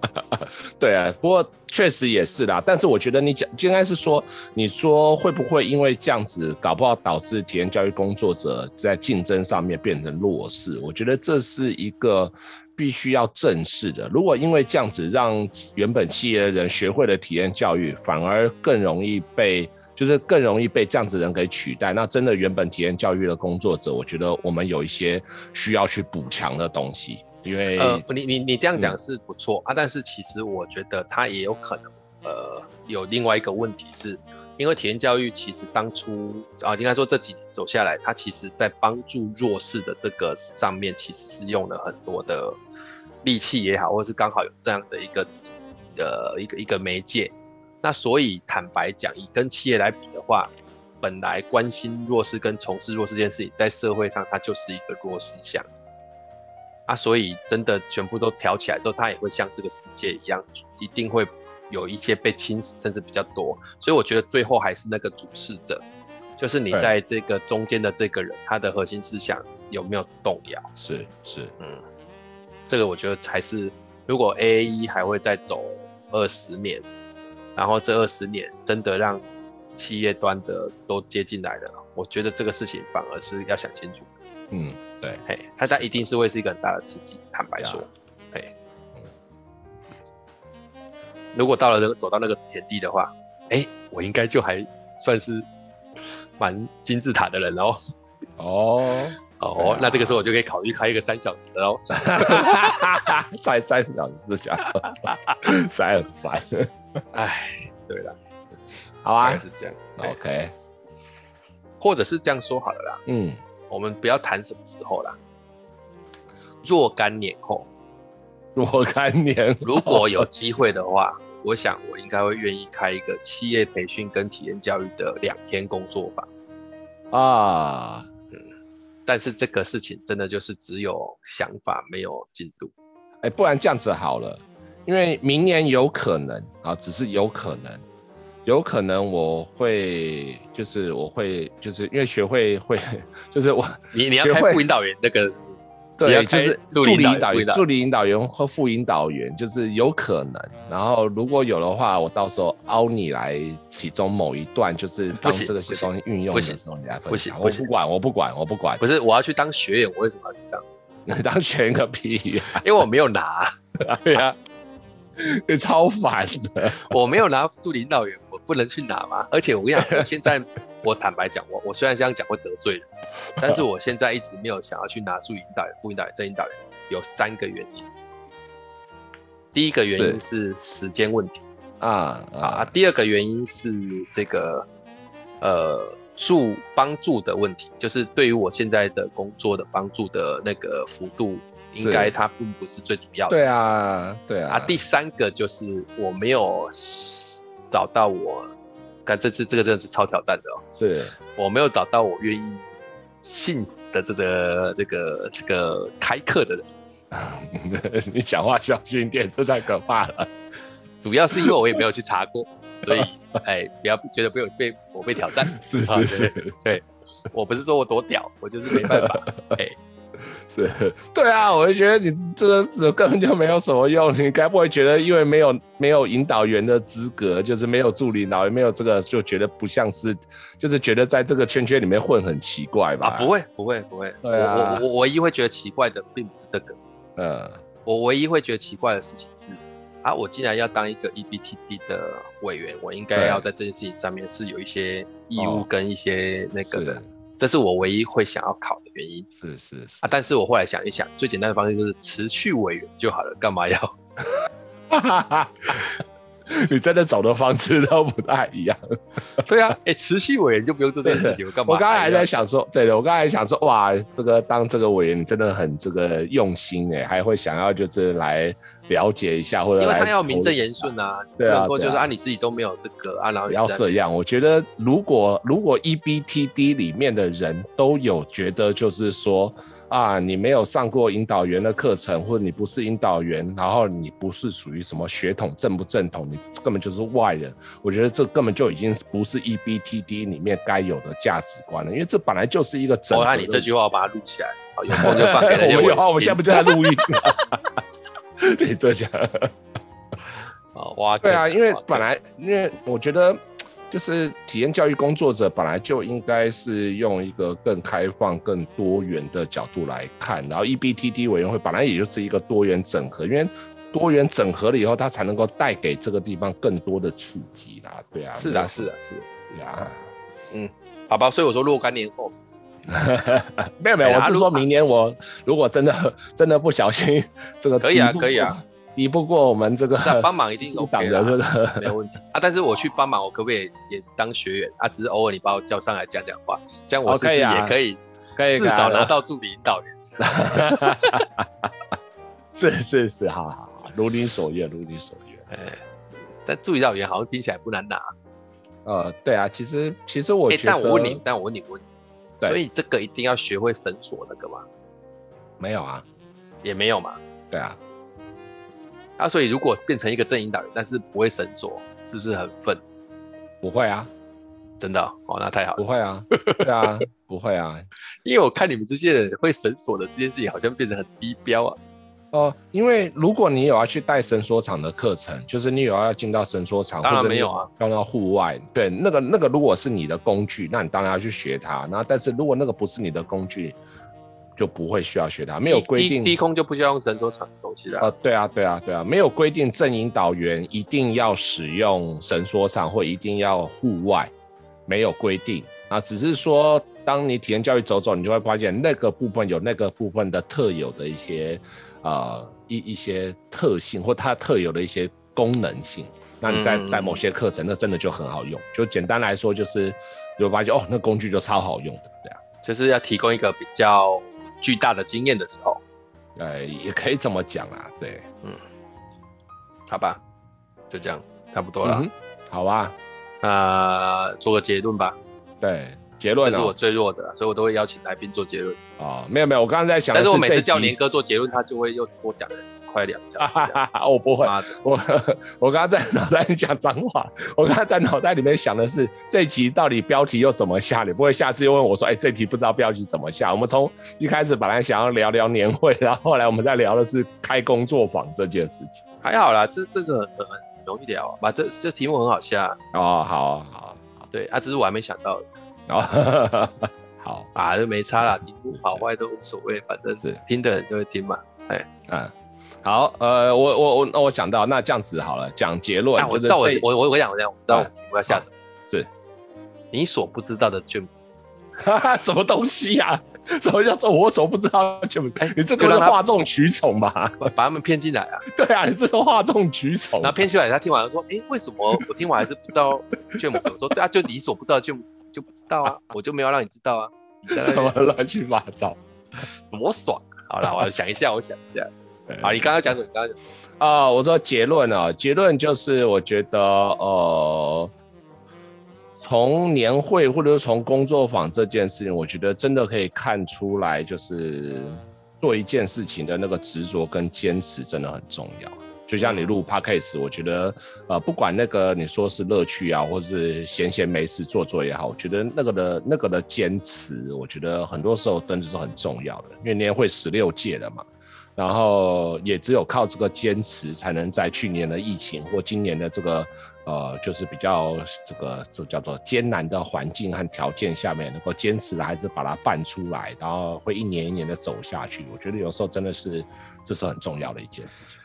A: 对啊，不过确实也是啦。但是我觉得你讲应该是说，你说会不会因为这样子，搞不好导致体验教育工作者在竞争上面变成弱势？我觉得这是一个必须要正视的。如果因为这样子让原本企业的人学会了体验教育，反而更容易被。就是更容易被这样子的人给取代。那真的原本体验教育的工作者，我觉得我们有一些需要去补强的东西，因为、
B: 呃，你你你这样讲是不错、啊，但是其实我觉得他也有可能，呃，有另外一个问题是，因为体验教育其实当初啊，应该说这几年走下来，它其实在帮助弱势的这个上面，其实是用了很多的利器也好，或是刚好有这样的一个呃一个一个媒介。那所以坦白讲，以跟企业来比的话，本来关心弱势跟从事弱势这件事情，在社会上它就是一个弱势项。啊，所以真的全部都挑起来之后，它也会像这个世界一样，一定会有一些被侵蚀，甚至比较多。所以我觉得最后还是那个主事者，就是你
A: 对
B: 在这个中间的这个人，他的核心思想有没有动摇？
A: 是是
B: 这个我觉得才是，如果 A A E 还会再走二十年，然后这二十年真的让企业端的都接进来了，我觉得这个事情反而是要想清楚。
A: 嗯，对。
B: 嘿，它它一定是会是一个很大的刺激，坦白说，嘿，如果到了那个走到那个田地的话，哎、我应该就还算是蛮金字塔的人喽。
A: 哦，对
B: 哦，
A: 啊
B: 那这个时候我就可以考虑开一个三小时的喽。
A: 才三小时讲，才很烦。
B: 哎，对了，
A: 好
B: 大概
A: 啊
B: 是这样，哎
A: ，OK，
B: 或者是这样说好了啦，
A: 嗯，
B: 我们不要谈什么时候啦，若干年后，
A: 若干年，
B: 如果有机会的话，我想我应该会愿意开一个企业培训跟体验教育的两天工作坊。
A: 啊，
B: 但是这个事情真的就是只有想法没有进度。
A: 哎，不然这样子好了，因为明年有可能啊，只是有可能，有可能我会，就是我会，就是因为学会会， 就是我
B: 你你要
A: 学
B: 开
A: 会
B: 副引导员那个，你要
A: 对，
B: 开
A: 就是
B: 助
A: 助
B: 理
A: 理
B: 引
A: 引
B: 导
A: 导
B: 员
A: 员、助理引导员和副引导员，就是有可能。然后如果有的话，我到时候凹你来其中某一段，就是
B: 不
A: 当
B: 行
A: 这个些东西运用
B: 不
A: 的
B: 行
A: 时候，你来
B: 不
A: 分
B: 行
A: 享。
B: 不
A: 我
B: 行
A: 不管，我不管，我不管
B: 不，是我要去当学员，我为什么要去当？
A: 当选个屁 呀、
B: 因为我没有拿，
A: 对
B: 啊
A: 呀、超烦的。
B: 我没有拿助理引导员，我不能去拿嘛。而且我跟你讲，我现在我坦白讲，我我虽然这样讲会得罪人，但是我现在一直没有想要去拿助理引导员、副引导员、正引导员，有三个原因。第一个原因是时间问题。
A: 啊
B: 啊，
A: 啊
B: 第二个原因是这个呃助帮助的问题，就是对于我现在的工作的帮助的那个幅度，应
A: 是
B: 该它并不是最主要的。
A: 对啊，对啊。
B: 啊，第三个就是我没有找到我，看这次这个真的是超挑战的哦，
A: 是
B: 我没有找到我愿意信的这个这个这个开课的人。
A: 你讲话小心点，这太可怕了。
B: 主要是因为我也没有去查过，所以哎，不要觉得不有被我被挑战，
A: 是
B: 啊
A: 是是
B: 我不是说我多屌，我就是没办法，哎，
A: 是， 对啊，我就觉得你这个这根本就没有什么用。你该不会觉得因为没有没有引导员的资格，就是没有助理导员，没有这个，就觉得不像是，就是觉得在这个圈圈里面混很奇怪 吧？
B: 啊，不，会不会不会，
A: 对啊
B: 我我我唯一会觉得奇怪的并不是这个，
A: 嗯
B: 我唯一会觉得奇怪的事情是，啊，我既然要当一个 E EBTD 的委员，我应该
A: 对
B: 要在这件事情上面是有一些义务
A: 哦
B: 跟一些那个的，
A: 是
B: 这是我唯一会想要考的原因
A: 是是是
B: 啊。但是我后来想一想，最简单的方式就是持续委员就好了，干嘛要？
A: 哈哈哈，你真的走的方式都不太一 样。
B: 对啊，哎、持续委员就不用做这件事情，我干嘛？
A: 我刚才还在
B: 要，
A: 想说，对的，我刚才还想说，哇，这个当这个委员你真的很这个用心哎、还会想要就是来了解一下，或者
B: 因为
A: 来
B: 他要
A: 投
B: 名正言顺啊，
A: 对啊
B: 不能够就是
A: 对啊
B: 啊你自己都没有这个啊，然后
A: 不
B: 你
A: 要
B: 在
A: 这样。我觉得如果如果 E EBTD 里面的人都有觉得就是说啊，你没有上过引导员的课程，或者你不是引导员，然后你不是属于什么血统正不正统，你根本就是外人。我觉得这根本就已经不是 E EBTD 里面该有的价值观了，因为这本来就是一个整
B: 我
A: 合的。
B: 看哦你这句话，我把它录起来，好，有 空就放给那些
A: 我
B: 委
A: 们有
B: 员
A: 啊，我们
B: 听
A: 现在不就在录音 吗？对，这讲。
B: 啊，哇，
A: 对啊，因为
B: 哇
A: 本来因为我觉得，就是体验教育工作者本来就应该是用一个更开放、更多元的角度来看，然后 E EBTD 委员会本来也就是一个多元整合，因为多元整合了以后，它才能够带给这个地方更多的刺激啦。对啊，
B: 是
A: 没
B: 啊
A: 有
B: 是啊是啊是
A: 是
B: 啊，
A: 啊，
B: 好吧，所以我说若干年后，
A: 没有没有，
B: 哎
A: 我
B: 啊
A: 是
B: 如
A: 说明年我如果真的真的不小心这个
B: 可以啊
A: 敌不过
B: 可以啊，
A: 敌不过我们这个
B: 那帮忙 一定
A: 部
B: OK
A: 长的这
B: 啦
A: 个
B: 没有问题啊。但是我去帮忙，我可不可以也当学员啊？只是偶尔你把我叫上来讲讲话，这样我是不是
A: OK 啊
B: 也可以
A: 可以啊
B: 至少拿到助理引导员？
A: 是是是，好好好，如你所愿，如你所愿。
B: 哎，但助理导员好像听起来不难拿。
A: 呃，对啊，其实其实我
B: 哎，
A: 觉得，
B: 但我问你，但我问你问你，
A: 对
B: 所以这个一定要学会绳索那个嘛？
A: 没有啊？
B: 也没有嘛。
A: 对啊，
B: 啊，所以如果变成一个正引导员，但是不会绳索，是不是很愤？
A: 不会啊，
B: 真的哦哦，那太好了
A: 不，会啊，对啊，不会啊。
B: 因为我看你们这些人会绳索的这件事情，好像变得很低标啊。
A: 哦、因为如果你有要去带伸缩场的课程，就是你有要进到伸缩场，
B: 当然
A: 或者
B: 没有啊，
A: 放到户外，对，那个那个如果是你的工具，那你当然要去学它。然后，但是如果那个不是你的工具，就不会需要学它，没有
B: 低
A: 规
B: 低
A: 定。
B: 低空就不需要用绳索场的东西了。
A: 呃，对啊，对啊，对啊，没有规定正引导员一定要使用绳索场或一定要户外，没有规定啊，只是说当你体验教育走走，你就会发现那个部分有那个部分的特有的一些呃一一些特性或它特有的一些功能性。那你在
B: 嗯
A: 带某些课程，那真的就很好用。就简单来说，就是你会发现哦，那工具就超好用的，对啊。
B: 就是要提供一个比较巨大的经验的时候，
A: 呃，也可以这么讲啦，对，
B: 好吧，就这样，差不多
A: 好
B: 了。
A: 嗯哼、好啊，
B: 那、做个结论吧，
A: 对，结
B: 这
A: 论哦
B: 是
A: 呢、
B: 我最弱的，所以我都会邀请来宾做结论。
A: 哦，没有没有，我刚刚在想
B: 但
A: 的
B: 是我每
A: 这一
B: 次叫
A: 集，
B: 年哥做结论，他就会又多讲了快两小
A: 哈
B: 时这
A: 哈
B: 样。
A: 哈哈，我 哦不会，
B: 妈的，
A: 我我刚刚在脑袋里讲脏话，我刚刚在脑袋里面想的是这一集到底标题又怎么下？你不会下次又问我说，哎、这题不知道标题怎么下？我们从一开始本来想要聊聊年会，然后后来我们在聊的是开工作坊这件事情。
B: 还好啦，这这个很很很容易聊啊，把这这题目很好下。啊
A: 哦，好好
B: 对啊，只是我还没想到
A: 好，哦、 好，
B: 啊，就没差啦，题目
A: 是
B: 好坏都无所谓，反正
A: 是
B: 听的人就会听嘛。
A: 嗯。好，呃，我我我那我想到，那这样子好了，讲结论
B: 啊，，我
A: 就
B: 知
A: 是
B: 道我
A: 这
B: 我我我讲我讲，我知道我
A: 啊
B: 题目要下什么，
A: 是
B: 你所不知道的 James。
A: 哈哈， 什么东西呀、什么叫做我所不知道就你这
B: 就
A: 个
B: 让
A: 是
B: 他
A: 哗众取宠吧？
B: 把把他们骗进来啊，
A: 对啊，你这是哗众取宠
B: 然。后骗进来，他听完了说，哎、为什么我听完还是不知道卷母什么？说对啊，就你所不知道的卷母就不知道啊，我就没有让你知道啊，你在那
A: 什么
B: 边
A: 乱七八糟
B: 多爽啊！好了，我想一下，我想一 下。好，你刚刚讲什么？你刚刚讲什么
A: 啊、我说结论啊，结论就是我觉得呃，从年会或者是从工作坊这件事情，我觉得真的可以看出来，就是做一件事情的那个执着跟坚持真的很重要。就像你录 podcast，我觉得呃，不管那个你说是乐趣啊，或是闲闲没事做做也好，我觉得那个的那个的坚持，我觉得很多时候真的是很重要的，因为年会十六届了嘛。然后也只有靠这个坚持，才能在去年的疫情或今年的这个呃，就是比较这个这叫做艰难的环境和条件下面，能够坚持的还是把它办出来，然后会一年一年的走下去。我觉得有时候真的是这是很重要的一件事情。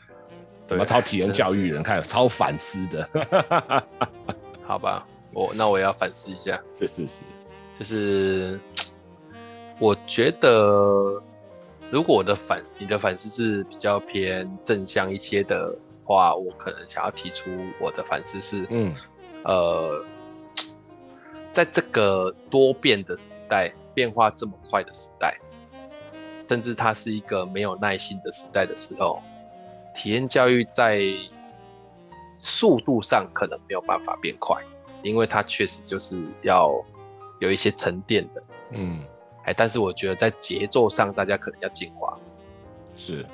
B: 对啊
A: 我超体验教育人，看超反思的。
B: 好吧，我那我也要反思一下，
A: 是是是，
B: 就是我觉得如果我的反你的反思是比较偏正向一些的话，我可能想要提出我的反思是，
A: 嗯
B: 呃，在这个多变的时代，变化这么快的时代，甚至它是一个没有耐心的时代的时候，体验教育在速度上可能没有办法变快，因为它确实就是要有一些沉淀的。
A: 嗯，
B: 哎，但是我觉得在节奏上，大家可能要进化。
A: 是，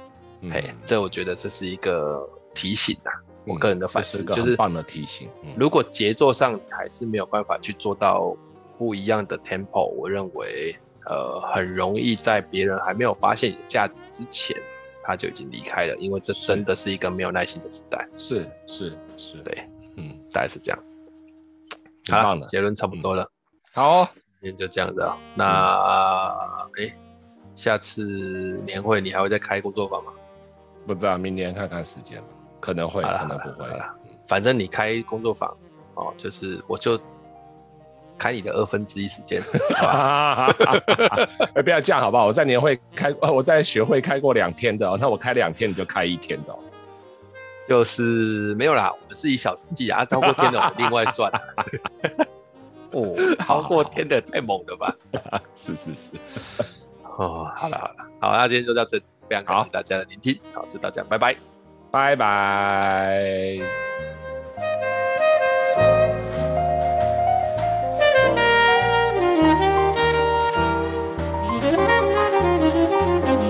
A: 嗯
B: 哎、这我觉得这是一个提醒啊。
A: 我
B: 个人的反思
A: 嗯个
B: 就是
A: 很棒的提醒。嗯
B: 如果节奏上你还是没有办法去做到不一样的 tempo，我认为呃很容易在别人还没有发现你的价值之前，他就已经离开了，因为这
A: 是
B: 真的是一个没有耐心的时代，
A: 是是是，
B: 对，
A: 嗯，
B: 大概是这样。
A: 很
B: 好
A: 棒
B: 了，
A: 的，
B: 结论差不多了，
A: 好哦，
B: 今天就这样子啊。
A: 嗯
B: 那哎、下次年会你还会再开工作坊吗？
A: 不知道明年看看时间吧，可能会，
B: 好了
A: 可能不会
B: 好。了反正你开工作坊哦，就是我就开你的二分之一时 间，好吧？
A: 哈哈哈哈哈！哎不要这样好不好？我在年会开， 呃我在学会开过两天的、哦，那我开两天你就开一天的、哦。
B: 就是没有啦，我们是以小时计啊，超过天的我们另外算。 哦，超过天的太猛了吧？
A: 是是是，
B: 哦，好了好了，好，那今天就到这里，非常感谢大家的聆听，好，就到这样，拜拜。
A: 拜拜。